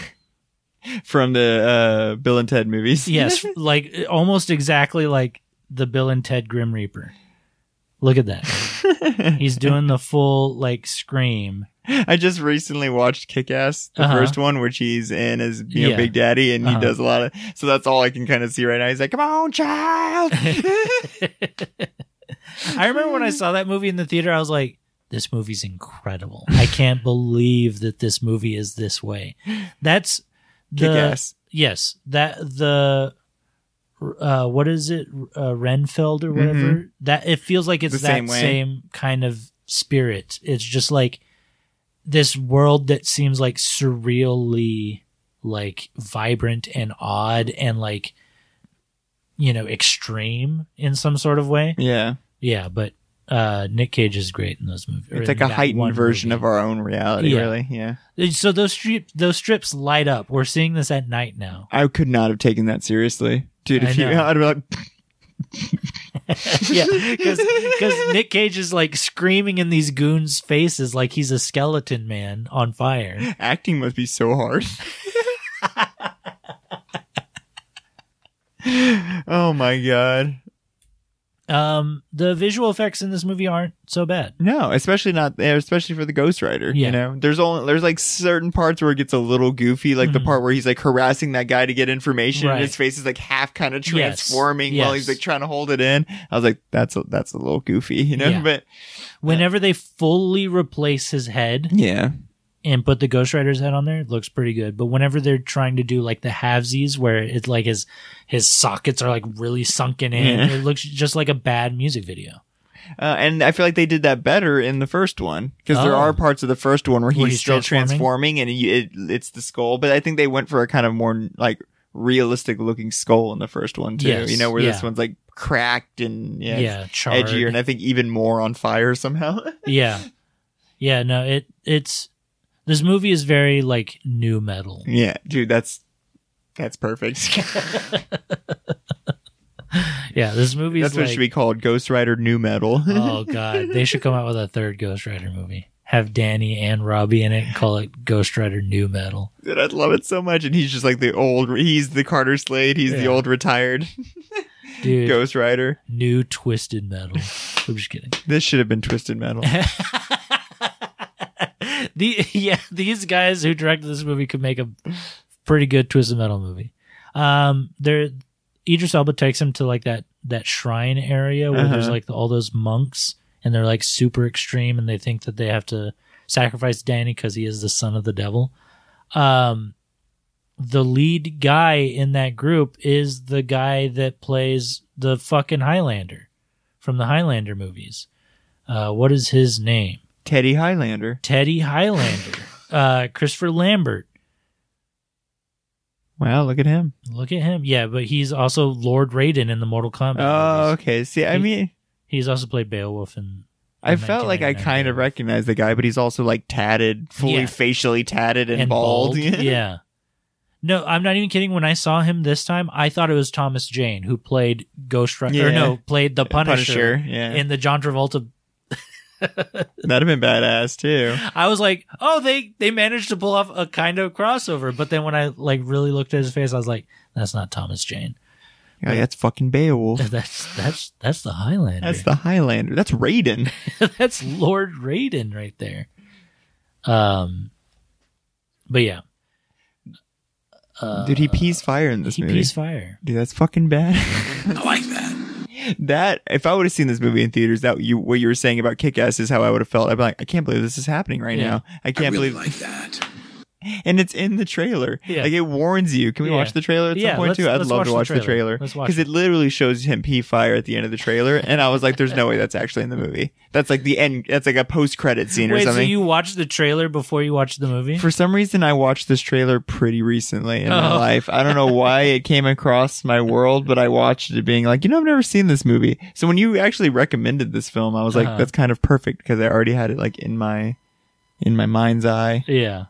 from the uh, Bill and Ted movies. *laughs*
Yes, like almost exactly like the Bill and Ted Grim Reaper. Look at that. He's doing the full like scream.
I just recently watched Kick Ass, the
Uh-huh.
first one, which he's in as you know,
Yeah.
Big Daddy, and
Uh-huh.
he does a lot of. So that's all I can kind of see right now. He's like, "Come on,
*laughs*
child." *laughs*
I remember when I saw that movie in the theater, I was like, this movie's incredible. I can't believe that this movie is this way. That's the
Kick Ass.
yes, that the uh what is it uh, Renfeld or whatever? That it feels like it's
Mm-hmm. The
that
same way.
same kind of spirit. It's just like this world that seems like surreally like vibrant and odd and like you know extreme in some sort of way
Yeah,
yeah but uh nick cage is great in those movies
it's like a heightened version of our own reality.
Yeah.
Really, yeah.
our so those strip those strips light up we're seeing this at night now
I could not have taken that seriously, dude.
I
If you, *laughs*
know.
I'd be like,
*laughs* yeah
*laughs*
because nick cage is like screaming in these goons faces like he's a skeleton man on fire
acting must be so hard. oh my god.
um the visual effects in this movie aren't so bad
No, especially not eh, especially for the Ghost Rider.
Yeah.
You know, there's only there's like certain parts where it gets a little goofy, like the
Mhm.
part where he's like harassing that guy to get information,
Right.
and his face is like half kind of transforming while he's
yes.
like trying to hold it in. I was like, that's a, that's a little goofy, you know.
Yeah.
But
whenever they fully replace his head
yeah,
and put the Ghost Rider's head on there, it looks pretty good. But whenever they're trying to do like the halvesies where it's like his his sockets are like really sunken in,
Yeah.
it looks just like a bad music video.
Uh, and I feel like they did that better in the first one because there
Oh.
are parts of the first one where he's,
Where he's
still
transforming?
transforming, and he, it, it's the skull. But I think they went for a kind of more like realistic looking skull in the first one too.
Yes,
you know where this
yeah.
one's like cracked and yeah,
Yeah,
it's
charred.
edgier, and I think even more on fire somehow. *laughs*
yeah, yeah. No, it it's this movie is very like new metal.
yeah, dude, that's that's perfect. *laughs*
Yeah, this movie is
that's what it
like
should be called, Ghost Rider New Metal.
oh god, they should come out with a third Ghost Rider movie. Have Danny and Robbie in it and call it Ghost Rider New Metal.
*laughs* Dude, I love it so much, and he's just like the old. He's the Carter Slade. He's
Yeah.
the old retired
Dude,
Ghost Rider.
New Twisted Metal. I'm just kidding.
This should have been Twisted Metal.
*laughs* the yeah, these guys who directed this movie could make a pretty good twisted metal movie. Um, there, Idris Elba takes him to like that that shrine area where there's
Uh-huh.
like all those monks, and they're like super extreme, and they think that they have to sacrifice Danny because he is the son of the devil. Um, the lead guy in that group is the guy that plays the fucking Highlander from the Highlander movies. Uh, what is his name?
Teddy Highlander. *laughs*
Teddy Highlander, uh, Christopher Lambert.
Wow, look at him.
Look at him. Yeah, but he's also Lord Raiden in the Mortal Kombat.
Oh,
movies.
okay. See, I
He-
mean,
He's also played Beowulf in
I
in
felt like I
1999.
kind of recognized the guy, but he's also like tatted, fully
Yeah.
facially tatted and, bald.
*laughs* yeah. No, I'm not even kidding. When I saw him this time, I thought it was Thomas Jane who played Ghost Rider. Or
Yeah.
no, played the Punisher,
*laughs* Punisher, yeah.
in the John Travolta.
That'd have been badass
*gasps*
too.
I was like, oh, they they managed to pull off a kind of crossover. But then when I like really looked at his face, I was like, that's not Thomas Jane. *laughs*
Yeah, that's fucking Beowulf.
That's that's that's the Highlander.
That's the Highlander. That's Raiden.
*laughs* that's Lord Raiden right there. Um, but yeah,
Dude, he pees fire in this
Uh, he
movie.
pees fire.
Dude, that's fucking
*laughs*
bad.
I like that.
that if I would have seen this movie in theaters, that you what you were saying about Kick Ass is how I would have felt. I'd be like, I can't believe this is happening right
Yeah.
now. I
I
can't
really
believe,
like that.
*laughs* and it's in the trailer.
Yeah.
Like it warns you. Can we
Yeah.
watch the trailer at
Yeah,
some point
let's-
too? I'd
let's
love to
watch
watch
the
the
trailer.
trailer
Let's watch
because
it.
it literally shows him pee fire at the end of the trailer, and I was like, "There's no way that's actually in the movie. That's like the end. That's like a post credit scene or
Wait, so
something."
you watched the trailer before you watched the movie?
For some reason, I watched this trailer pretty recently in my
Oh.
life. I don't know why it came across my world, but I watched it being like, you know, I've never seen this movie. So when you actually recommended this film, I was like,
Uh-huh.
that's kind of perfect because I already had it like in my in my mind's eye.
yeah.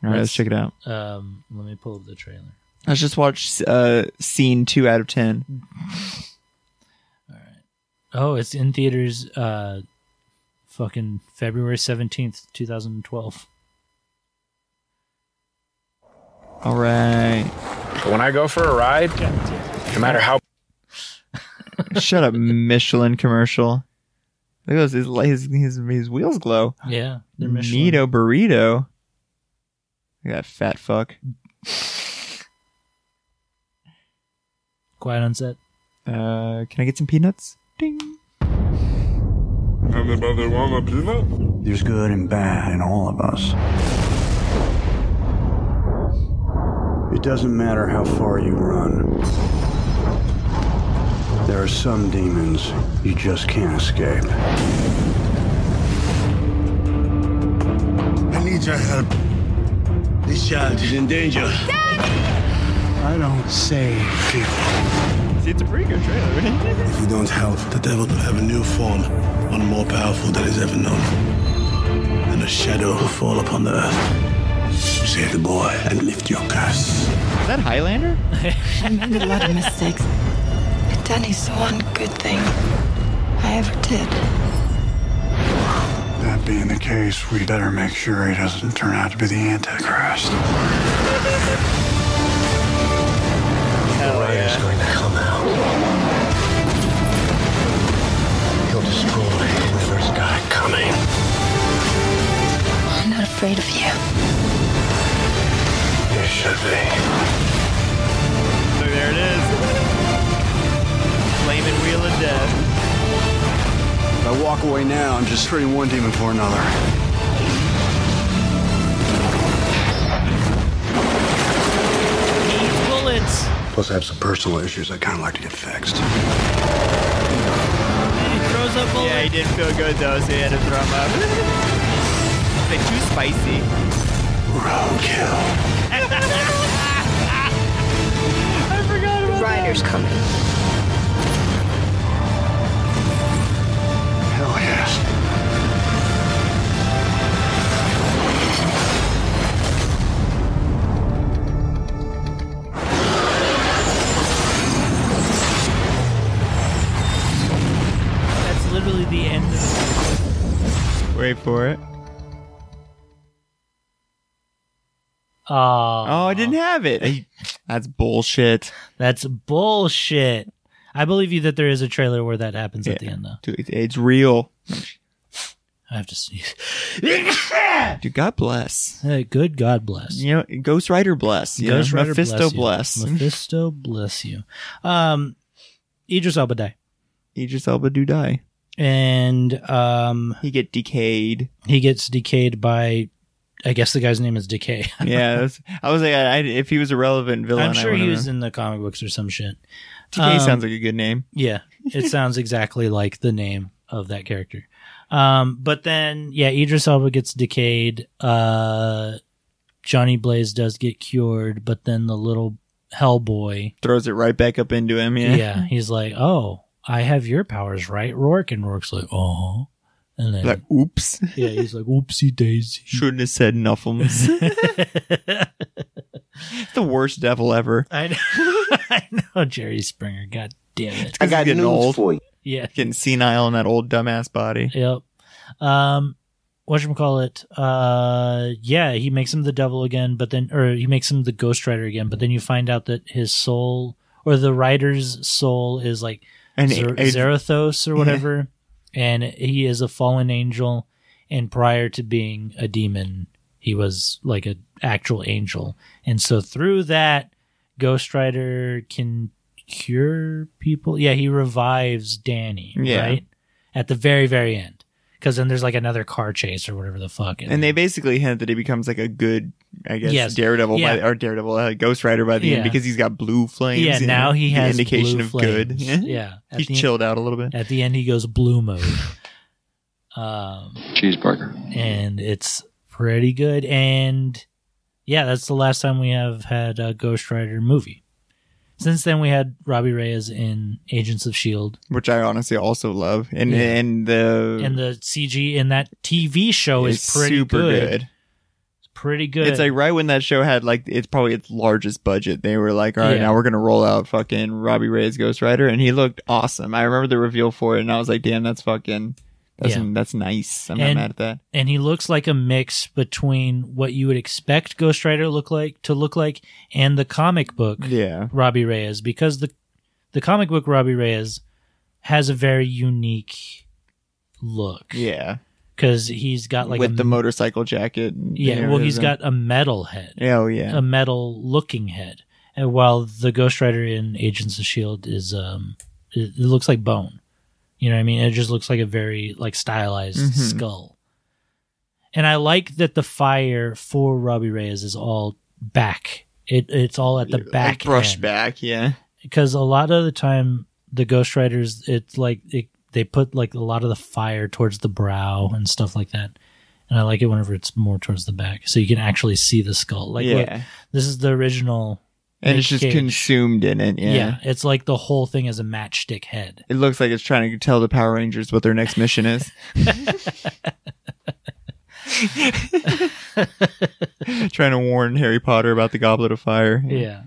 All right,
That's-
let's check it out.
Um, let me pull up the trailer.
Let's just watch uh, scene two out of ten.
Oh, it's in theaters. Uh, fucking February seventeenth, two
*gasps*
thousand twelve.
All right,
When I go for a ride, no matter how
shut up, Michelin commercial. Look at those his his his, his wheels glow.
Yeah, they're Michelin.
Neato burrito. Look at that fat fuck.
Quiet on set.
Uh, can I get some peanuts? Ding.
There's good and bad in all of us. It doesn't matter how far you run. There are some demons you just can't escape.
I need your help. This child is in danger.
I don't save people.
See, it's a pretty good trailer. Right?
If you don't help,
The devil will have a new form, one more powerful than is ever known. And a shadow will fall upon the earth. Save the boy and lift your curse.
Is that Highlander?
made a lot of mistakes. But Danny's the one good thing I ever did.
that being the case, we better make sure he doesn't turn out to be the Antichrist.
He's going to come out. He'll destroy whoever's got it coming.
I'm not afraid of you.
You should be.
there it is. Flaming Wheel of Death.
If I walk away now, I'm just hurting one demon for another.
Bullets.
Plus, I have some personal issues I'd kind of like to get fixed.
He throws up bullets.
Yeah, he didn't feel good though, so he had to throw him up. Is it too spicy?
Roadkill.
Ryder's coming.
Hell yes.
That's literally the end. Of-
Wait for it.
Aw.
Oh, I didn't have it. I- that's bullshit.
That's bullshit. I believe you that there is a trailer where that happens at the
Yeah.
end, though.
Dude, it- it's real.
I have to sneeze.
Dude, God bless.
Uh, *laughs* Good God bless.
You know, Ghost Rider bless. You
Ghost
know?
Rider
Mephisto bless.
bless. you. Mephisto bless you. Um, Idris Elba die.
Idris Elba do die.
And um,
He get decayed.
he gets decayed by, I guess the guy's name is Decay.
yeah, that's, I was like, I, I- if he was a relevant villain,
*laughs* I'm sure
I
he
would've
was
known.
in the comic books or some shit.
Decay
um,
sounds like a good name.
Yeah, it sounds exactly like the name of that character. Um, but then, yeah, Idris Elba gets decayed. Uh, Johnny Blaze does get cured, but then the little Hellboy,
Throws it right back up into him.
yeah, he's like, "Oh, I have your powers, right, Rourke?" And Rourke's like, "Oh," And then
Like, oops,
*laughs* yeah, he's like, "Oopsie daisy."
shouldn't have said
*laughs*
nothings. the worst devil ever.
I know, *laughs* I know, Jerry Springer. God damn it.
I got getting old,
you.
Yeah.
getting senile in that old dumbass body.
Yep. Um, whatchamacallit? Uh, yeah, he makes him the devil again, but then, or he makes him the Ghost Rider again, but then you find out that his soul, or the Rider's soul, is like
And
Zer-
it-
Zarathos or whatever, and he is a fallen angel. And prior to being a demon, he was like an actual angel, and so through that, Ghost Rider can cure people. Yeah, he revives Danny,
Yeah.
right? At the very, very end, because then there's like another car chase or whatever the fuck,
and they basically hint that he becomes like a good, I guess,
Yes.
Daredevil
Yeah.
by or Daredevil uh, Ghost Rider by the
Yeah.
end because he's got blue flames.
yeah,
and
now he
the
has
indication
blue
of good. *laughs*
flames.
Yeah,
yeah. At
he's
the-
chilled out a little bit.
At the end, he goes blue mode. Um,
Cheeseburger.
and it's pretty good. And yeah, that's the last time we have had a Ghost Rider movie. Since then, we had Robbie Reyes in Agents of Shield,
which I honestly also love. And
Yeah.
and the
and the CG in that TV show is,
is
pretty
super
good.
good.
It's pretty good.
It's like right when that show had like it's probably its largest budget. They were like, all right,
Yeah.
now we're gonna roll out fucking Robbie Reyes Ghost Rider, and he looked awesome. I remember the reveal for it, and I was like, damn, that's fucking. That's,
Yeah.
that's nice. I'm
And-
not mad at that.
and he looks like a mix between what you would expect Ghost Rider to look like to look like and the comic book
Yeah.
Robbie Reyes because the the comic book Robbie Reyes has a very unique look.
Yeah.
because he's got like
With
a,
the motorcycle jacket. and
yeah. Well, he's
everything.
got a metal head,
Oh yeah.
a metal looking head, and while the Ghost Rider in Agents of Shield is um, it, it looks like bone. You know what I mean? It just looks like a very like stylized
Mhm.
skull. And I like that the fire for Robbie Reyes is all back. It it's all at the back
Like brush
end.
back. Yeah.
because a lot of the time the Ghost Riders, it's like it, they put like a lot of the fire towards the brow and stuff like that. And I like it whenever it's more towards the back, so you can actually see the skull. Like,
yeah.
look, this is the original.
and
Nick
it's just
Cage.
consumed in it.
Yeah.
Yeah.
it's like the whole thing is a matchstick head.
It looks like it's trying to tell the Power Rangers what their next mission
*laughs*
is. trying to warn Harry Potter about the Goblet of Fire.
Yeah,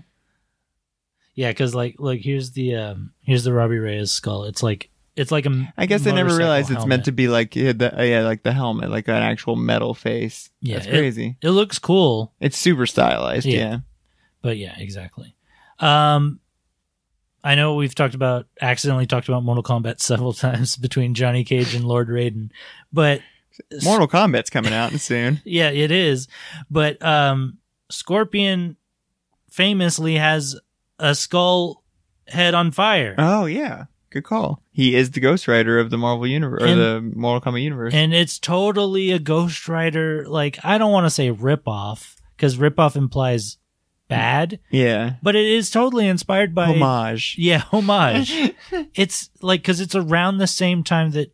yeah, because like, look, here's the um, here's the Robbie Reyes skull. It's like it's like a.
I guess I never
motorcycle
realized it's meant
helmet.
to be like yeah, the, uh, yeah, like the helmet, like an actual metal face.
Yeah,
That's
it-
crazy.
It looks cool,
it's super stylized.
Yeah.
Yeah.
But yeah, exactly. Um, I know we've talked about accidentally talked about Mortal Kombat *laughs* several times between Johnny Cage and Lord Raiden, but
Mortal Kombat's coming out soon.
*laughs* yeah, it is. But um, Scorpion famously has a skull head on fire,
Oh yeah, good call. He is the Ghost Rider of the Marvel universe or
And-
the Mortal Kombat universe.
and it's totally a Ghost Rider. Like I don't want to say ripoff because ripoff implies bad,
yeah,
but it is totally inspired by
homage. *laughs*
Yeah, *laughs* homage. it's like because it's around the same time that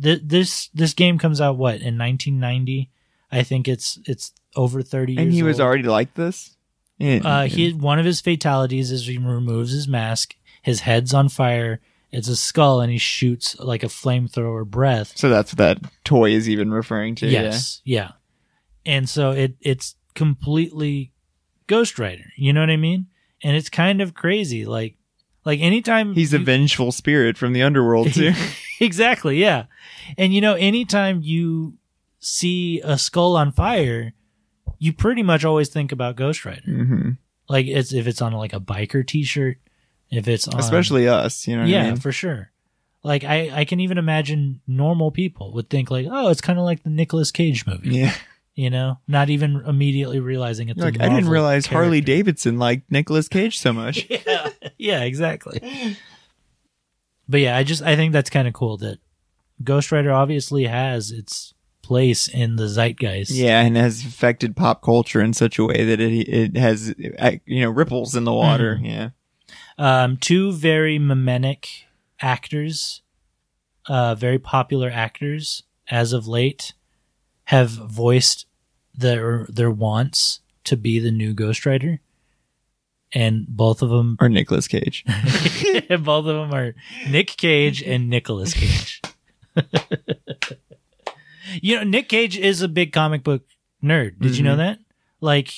th- this this game comes out. What in 1990? I think it's it's over 30 years.
And he was
old.
already like this. Yeah.
Uh, he one of his fatalities is he removes his mask. His head's on fire. It's a skull, and he shoots like a flamethrower breath.
So that's what that toy is even referring to.
Yes, yeah. And so it it's completely Ghost Rider. You know what I mean? And it's kind of crazy. Like like anytime
Yeah. He's a
you-
vengeful spirit from the
*laughs*
underworld too.
exactly yeah and you know anytime you see a skull on fire you pretty much always think about ghost rider
hmm
like it's if it's on like a biker t-shirt if it's
*laughs*
on
Especially us, you know. What
yeah
I mean?
for sure like i i can even imagine normal people would think like oh it's kind of like the Nicolas cage movie
yeah.
you know not even immediately realizing it's
You're like
a
I didn't
Marvel
realize Harley
character."
Davidson liked Nicolas Cage so
*laughs*
much.
yeah, yeah, exactly. But yeah, I just I think that's kind of cool that Ghost Rider obviously has its place in the zeitgeist.
yeah, and has affected pop culture in such a way that it it has uh, you know ripples
Mm-hmm.
in the water. Yeah.
Um, two very mimetic actors, uh, very popular actors as of late, have voiced their their wants to be the new Ghost Rider, and both of them
Or Nicolas
*laughs*
Cage.
both of them are Nick Cage and Nicolas Cage. *laughs* You know, Nick Cage is a big comic book nerd. Did
Mm-hmm.
you know that? Like,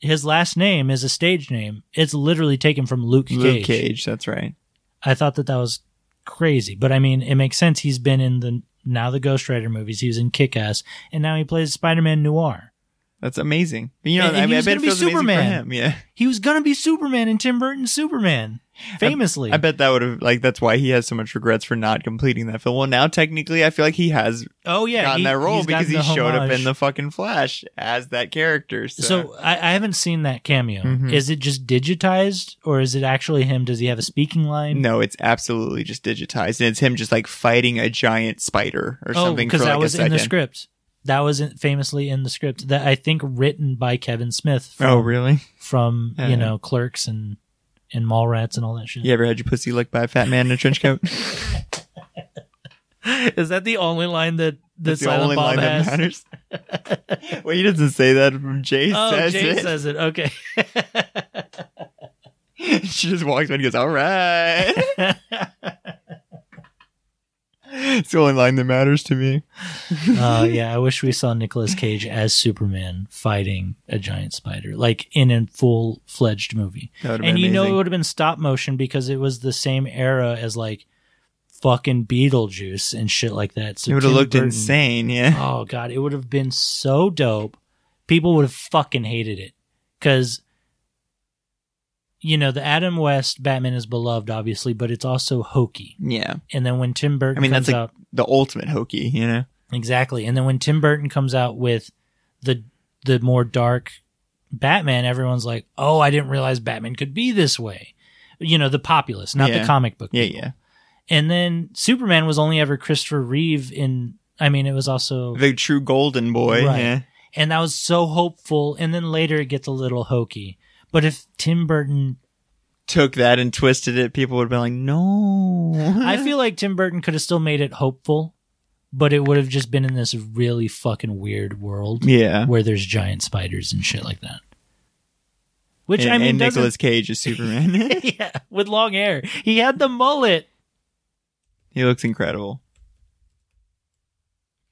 his last name is a stage name. It's literally taken from Luke,
Luke
Cage.
Cage, that's right.
I thought that that was crazy, but I mean, it makes sense. He's been in the now the Ghost Rider movies. He was in Kick Ass, and now he plays Spider Man Noir.
That's amazing. But, you know,
And- and
I,
he
I
was
bet
gonna
it
be
feels amazing for
Superman.
him. Yeah.
He was gonna be Superman in Tim Burton's Superman, famously.
I bet that would have like that's why he has so much regrets for not completing that film. Well, now technically, I feel like he has
oh yeah,
gotten
he-
that role
he's gotten
because he
the
showed up
homage.
in the fucking Flash as that character. So, Mm-hmm.
So I, I haven't seen that cameo. Is it just digitized, or is it actually him? Does he have a speaking line?
no, it's absolutely just digitized, and it's him just like fighting a giant spider or
oh,
something. for,
because that
like, a
was in the
second.
script. That was in- famously in the script that I think written by Kevin Smith. From,
Oh, really?
From you
Yeah.
know Clerks and and Mallrats and all that shit.
You ever had your pussy licked by a fat man in a trench coat?
*laughs* Is that the only line that that
That's the
Silent
only
Bob
line
has?
that matters.
*laughs*
well, he doesn't say that. Jay
Oh,
says
Jay
it.
says it. Okay.
*laughs* she just walks in and goes, "All right."
*laughs*
it's the only line that matters to me.
Oh *laughs* yeah, I wish we saw Nicolas Cage as Superman fighting a giant spider, like in a full fledged movie.
That would've
And
been
you know it
amazing.
would have been stop motion because it was the same era as like fucking Beetlejuice and shit like that. So
It would have
Tim
looked
Burton-
insane. Yeah.
*laughs* Oh god, it would have been so dope. People would have fucking hated it because you know the Adam West Batman is beloved, obviously, but it's also hokey.
Yeah.
And then when Tim Burton
I mean,
comes
that's like
out,
the ultimate hokey, you know?
Exactly. And then when Tim Burton comes out with the the more dark Batman, everyone's like, "Oh, I didn't realize Batman could be this way." You know, the populace, not the
Yeah.
comic book.
Yeah,
people.
yeah.
And then Superman was only ever Christopher Reeve in I mean, it was also
The true golden boy.
Right.
Yeah.
and that was so hopeful and then later it gets a little hokey. But if Tim Burton
Took that and twisted it. People would have been like, no.
I feel like Tim Burton could have still made it hopeful, but it would have just been in this really fucking weird
*laughs*
world.
Yeah.
where there's giant spiders and shit like that. Which
and,
I mean,
and
doesn't-
Nicolas Cage is Superman. *laughs*
*laughs* yeah, with long hair, he had the mullet.
he looks incredible.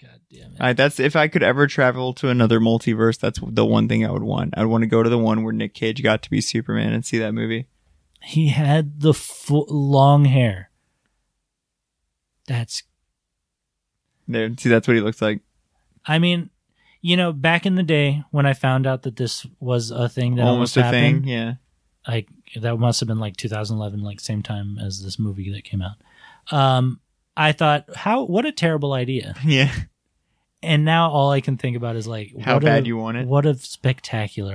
God damn it!
All right, that's if I could ever travel to another multiverse, that's the one thing I would want. I'd want to go to the one where Nick Cage got to be Superman and see that movie.
He had the fu- long hair. That's.
There, see, that's what he looks like.
I mean, you know, back in the day when I found out that this was a thing that
Almost
almost,
a
happened,
thing. Yeah. *laughs*
like that must have been like 2011 like same time as this movie that came out um i thought how what a terrible idea
Yeah.
and now all i can think about is like
How
what a-
bad you want it.
what a spectacular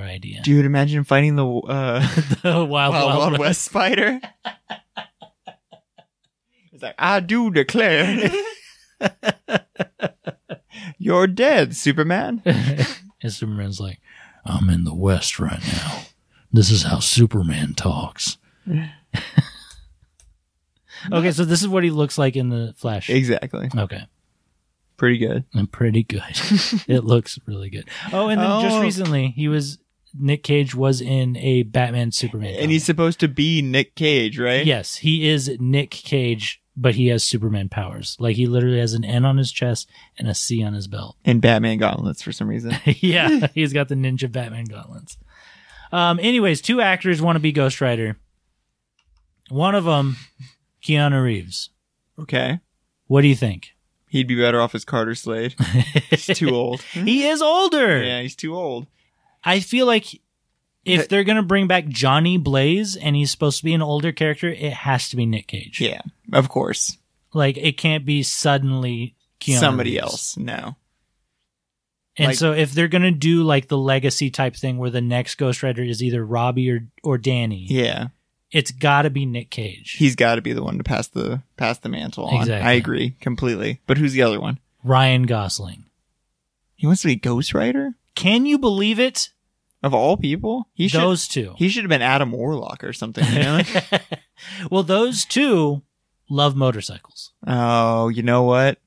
*laughs*
idea *laughs*
Dude, imagine fighting the uh, *laughs*
the wild,
Wild,
wild,
Wild
West.
West
*laughs*
spider. it's like, I do declare. *laughs* You're dead,
*laughs*
Superman.
and superman's like i'm in the west right now this is how superman talks *laughs* okay so this is what he looks like in the flash
exactly.
okay
Pretty good.
and pretty good. *laughs* it looks really good. Oh, and then just
Oh.
recently he was Nick Cage was in a Batman Superman.
And he's supposed to be Nick Cage, right?
comic. yes, he is Nick Cage, but he has Superman powers. Like he literally has an N on his chest and a C on his belt. *laughs*
And Batman gauntlets for some reason.
yeah,
*laughs*
he's got the ninja Batman gauntlets. Um, anyways, two actors want to be Ghost Rider. One of them, Keanu Reeves.
Okay.
What do you think?
He'd be better off as Carter Slade. he's
*laughs*
too old.
He is older.
Hmm? Yeah, he's too old.
I feel like if they're gonna bring back Johnny Blaze and he's supposed to be an older character, it has to be Nick Cage.
Yeah, of course.
Like it can't be suddenly Keanu
Somebody
Reeves.
else. No.
And
Like-
so if they're gonna do like the legacy type thing where the next Ghost Rider is either Robbie or or Danny,
Yeah.
it's gotta be Nick Cage.
He's got to be the one to pass the pass the mantle on.
Exactly.
I agree completely. But who's the other one?
Ryan Gosling.
He wants to be Ghost Rider
Can you believe it?
of all people. He should
Those two.
he should have been Adam Warlock or something. You
*laughs*
know?
well, those two love motorcycles.
oh, you know what?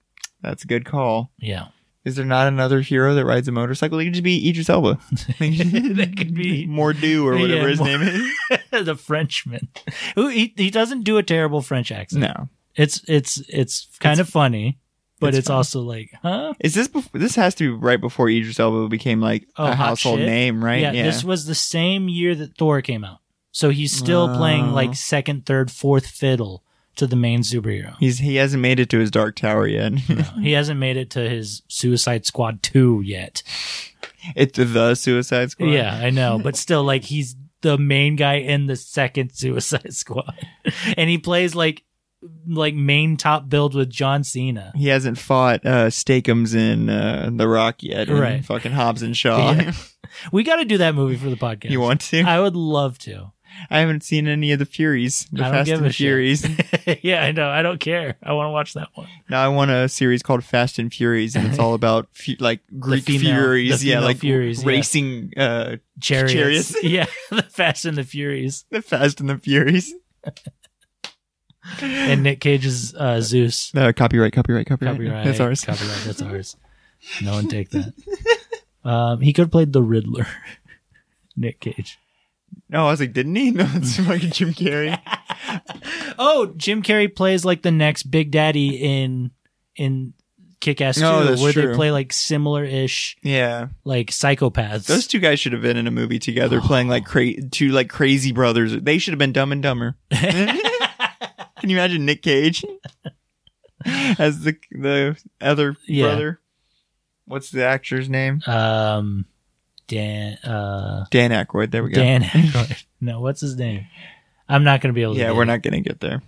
That's a good call. *laughs*
Yeah.
Is there not another hero that rides a motorcycle? He could just be Idris Elba. *laughs*
that could *laughs* be
Mordu or whatever
Yeah,
his
Mor-
name
*laughs*
is.
the Frenchman. Who he he doesn't do a terrible French accent.
No,
It's it's it's kind of funny. but
It's
it's,
fine.
also like, huh?
Is this bef- this has to be right before Idris Elba became like
Oh,
a
hot
household
shit.
name, right?
Yeah, This was the same year that Thor came out, so he's still
Oh.
playing like second, third, fourth fiddle to the main superhero.
*laughs* He's he hasn't made it to his Dark Tower
*laughs*
yet. *laughs*
He hasn't made it to his Suicide Squad two yet.
it's the Suicide Squad.
Yeah, I know, but still, like he's the main guy in the second *laughs* Suicide Squad, and he plays like like main top build with John Cena.
He hasn't fought uh Stakeums in uh, The Rock yet. and
Right.
Fucking Hobbs and Shaw.
*laughs* Yeah. We got to do that movie for the podcast.
Oh. *laughs* You want to? I,
I would love to. *laughs*
haven't seen any of the Furies. The
I don't
Fast
give
and
a shit.
Furies.
yeah, I know. I don't care. I want to watch that one.
*laughs* now I want a series called Fast and Furies, and it's
*laughs*
all about fu- like Greek
female-
Furies.
the
Yeah,
female
like
Furies, yeah.
racing uh
Chariots.
Chariots.
*laughs* yeah, the Fast and the Furies
the Fast and the Furies.
and Nick Cage's uh, Zeus.
Uh, copyright, copyright, copyright. *laughs*
Copyright.
That's ours.
Copyright. That's ours. No one take that. Um, he could have played the Riddler. *laughs* Nick Cage.
No, I was like, didn't he? *laughs* No, it's fucking Jim
*laughs*
Carrey.
Oh, Jim Carrey plays like the next Big Daddy in in Kick Ass Two,
Oh, that's
where
true.
they play like similar ish
yeah,
like psychopaths.
those two guys should have been in a movie together, *sighs* playing like cra- two like crazy brothers. They should have been Dumb and *laughs* Dumber. Can you imagine Nick Cage as the the other
Yeah.
brother? What's the actor's name?
um, Dan. Uh,
Dan Aykroyd. There we go.
Dan Aykroyd. *laughs* No, what's his name? I'm not going to be able to.
Yeah,
get
we're
it.
not gonna get there.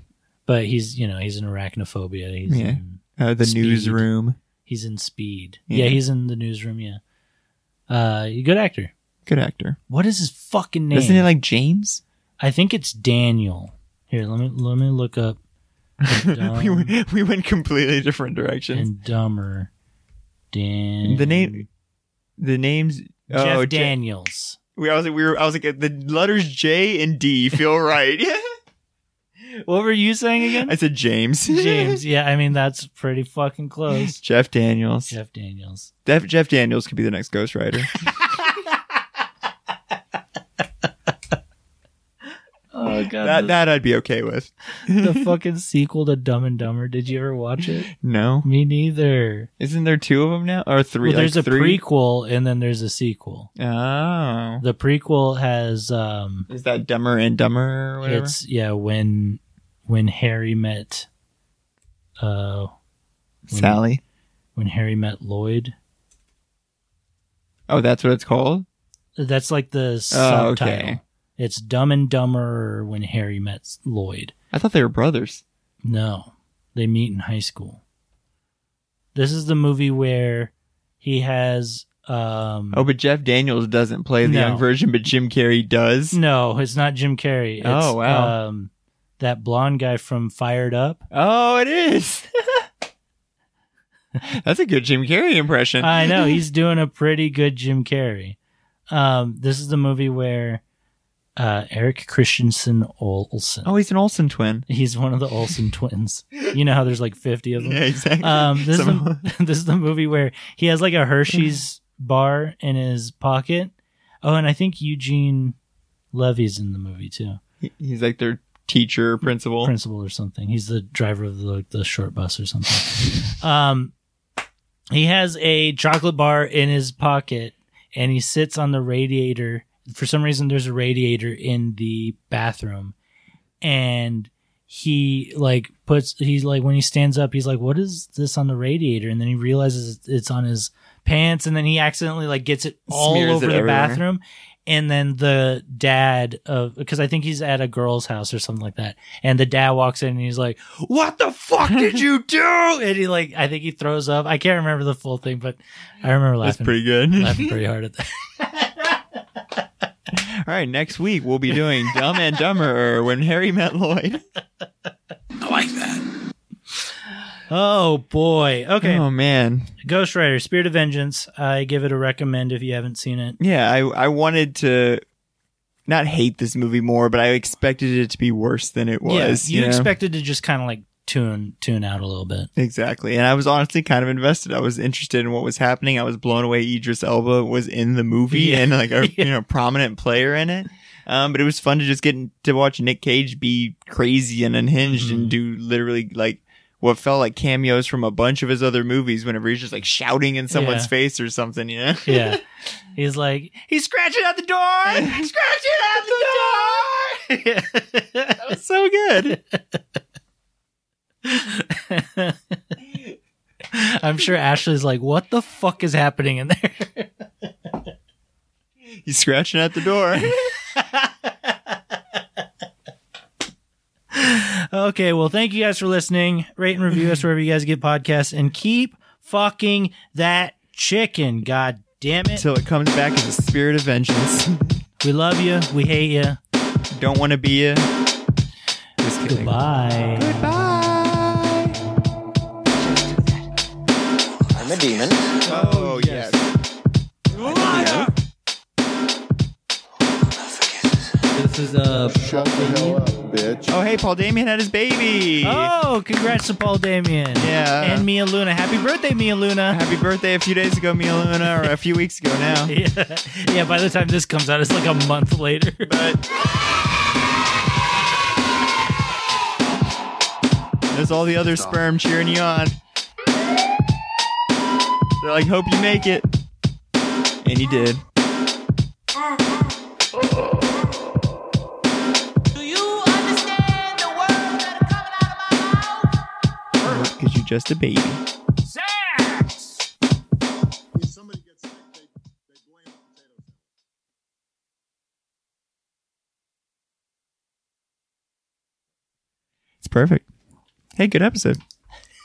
But he's, you know, he's in arachnophobia. He's
Yeah.
in,
Uh, the
Speed.
newsroom.
he's in Speed.
Yeah.
Yeah. he's in the newsroom. Yeah, uh, good actor.
Good actor.
What is his fucking name?
Isn't it like *laughs* James?
I think it's Daniel. Here, let me let me look up. And
we,
Dumb
went- we went completely different directions.
and dumber. Dan.
the name, the names.
Jeff
oh, Ja-
Daniels.
We, I was like, we were, I was like, the letters J and D feel right. *laughs*
What were you saying again?
I said James.
James. Yeah, I mean that's pretty fucking close.
Jeff Daniels.
Jeff Daniels.
Def- Jeff Daniels could be the next Ghost
*laughs*
Rider.
Oh god.
that, that I'd be okay with.
the fucking sequel to Dumb and Dumber. Did you ever watch it?
No.
Me neither.
Isn't there two of them now? Or three?
well, there's
like
a
three?
prequel and then there's a sequel.
Oh.
The prequel has um
Is that Dumber and Dumber or whatever?
it's yeah, when when Harry met uh
Sally.
when Harry met Lloyd.
Oh, that's what it's called?
That's like the
Oh, okay.
subtitle. It's Dumb and Dumber when Harry met Lloyd.
I thought they were brothers.
No, they meet in high school. This is the movie where he has um
Oh, but Jeff Daniels doesn't play the
No.
young version, but Jim Carrey does.
No, it's not Jim Carrey. It's,
Oh, wow.
Um, that blonde guy from Fired Up.
Oh, it is. *laughs* that's a good Jim Carrey impression. *laughs*
I know he's doing a pretty good Jim Carrey. Um, this is the movie where uh, Eric Christensen Olsen.
oh, he's an Olsen
*laughs*
twin.
He's one of the
*laughs*
Olsen twins. You know how there's like fifty of them.
Yeah, *laughs* exactly.
Um, this, is
Someone-
*laughs* the, this is the movie where he has like
*laughs*
a Hershey's bar in his pocket. Oh, and I think Eugene Levy's in the movie too,
He- he's like their teacher, principal.
principal or something. He's the driver of the, the short bus or something. *laughs* um, he has a chocolate bar in his pocket, and he sits on the radiator. For some reason, there's a radiator in the bathroom, and he like puts he's like when he stands up he's like what is this on the radiator and then he realizes it's on his pants and then he accidentally like gets it all
Smears
over
it
the
everywhere.
bathroom and then the dad of because i think he's at a girl's house or something like that and the dad walks in and he's like what the fuck *laughs* did you do and he like i think he throws up i can't remember the full thing but i remember
That's
laughing
pretty good.
laughing pretty hard at that
*laughs*
*laughs*
All right, next week we'll be doing Dumb and Dumber or when Harry met Lloyd.
I like that.
oh boy *laughs* okay
Oh man,
ghost rider spirit of vengeance i give it a recommend if you haven't seen it
yeah. I I wanted to not hate this movie more, but I expected it to be worse than it was.
Yeah, you
know?
expected to just kind of like tune tune out a little bit.
exactly, and I was honestly kind of invested. I was interested in what was happening. I was blown away. Idris Elba was in the movie
Yeah.
and like a
*laughs* Yeah.
you know prominent player in it. Um, but it was
Mm-hmm.
fun to just get to watch Nick Cage be crazy and unhinged and do literally like what felt like cameos from a bunch of his other movies whenever he's just like shouting in someone's
Yeah.
face or something, you know? *laughs*
Yeah. *laughs* He's like, he's scratching at the *laughs* door. Scratching *laughs* at the door.
That was so good.
*laughs* I'm sure Ashley's like, what the fuck is happening in there?
He's scratching at the
*laughs*
door.
Okay, well, thank you guys for listening. Rate and review us wherever you guys get podcasts and keep fucking that chicken. God damn it.
Until it comes back in the spirit of vengeance.
We love you. We hate you.
Don't want to be you. Just kidding.
Goodbye.
I'm a demon.
Oh, yes.
This is uh,
Shut the hell up, bitch.
Oh, hey, Paul Damien had his baby.
Oh, congrats to Paul Damien.
Yeah.
And Mia Luna. Happy birthday, Mia Luna.
Happy birthday a few days ago, Mia Luna, or a few weeks ago
*laughs*
now.
Yeah. yeah, by the time this comes out, it's like a month later. *laughs*
There's all the other sperm cheering you on. They're like, hope you make it. And he did. Because you're just a baby.
If somebody gets sick, they, they blame the potato salad.
It's perfect. Hey, good episode.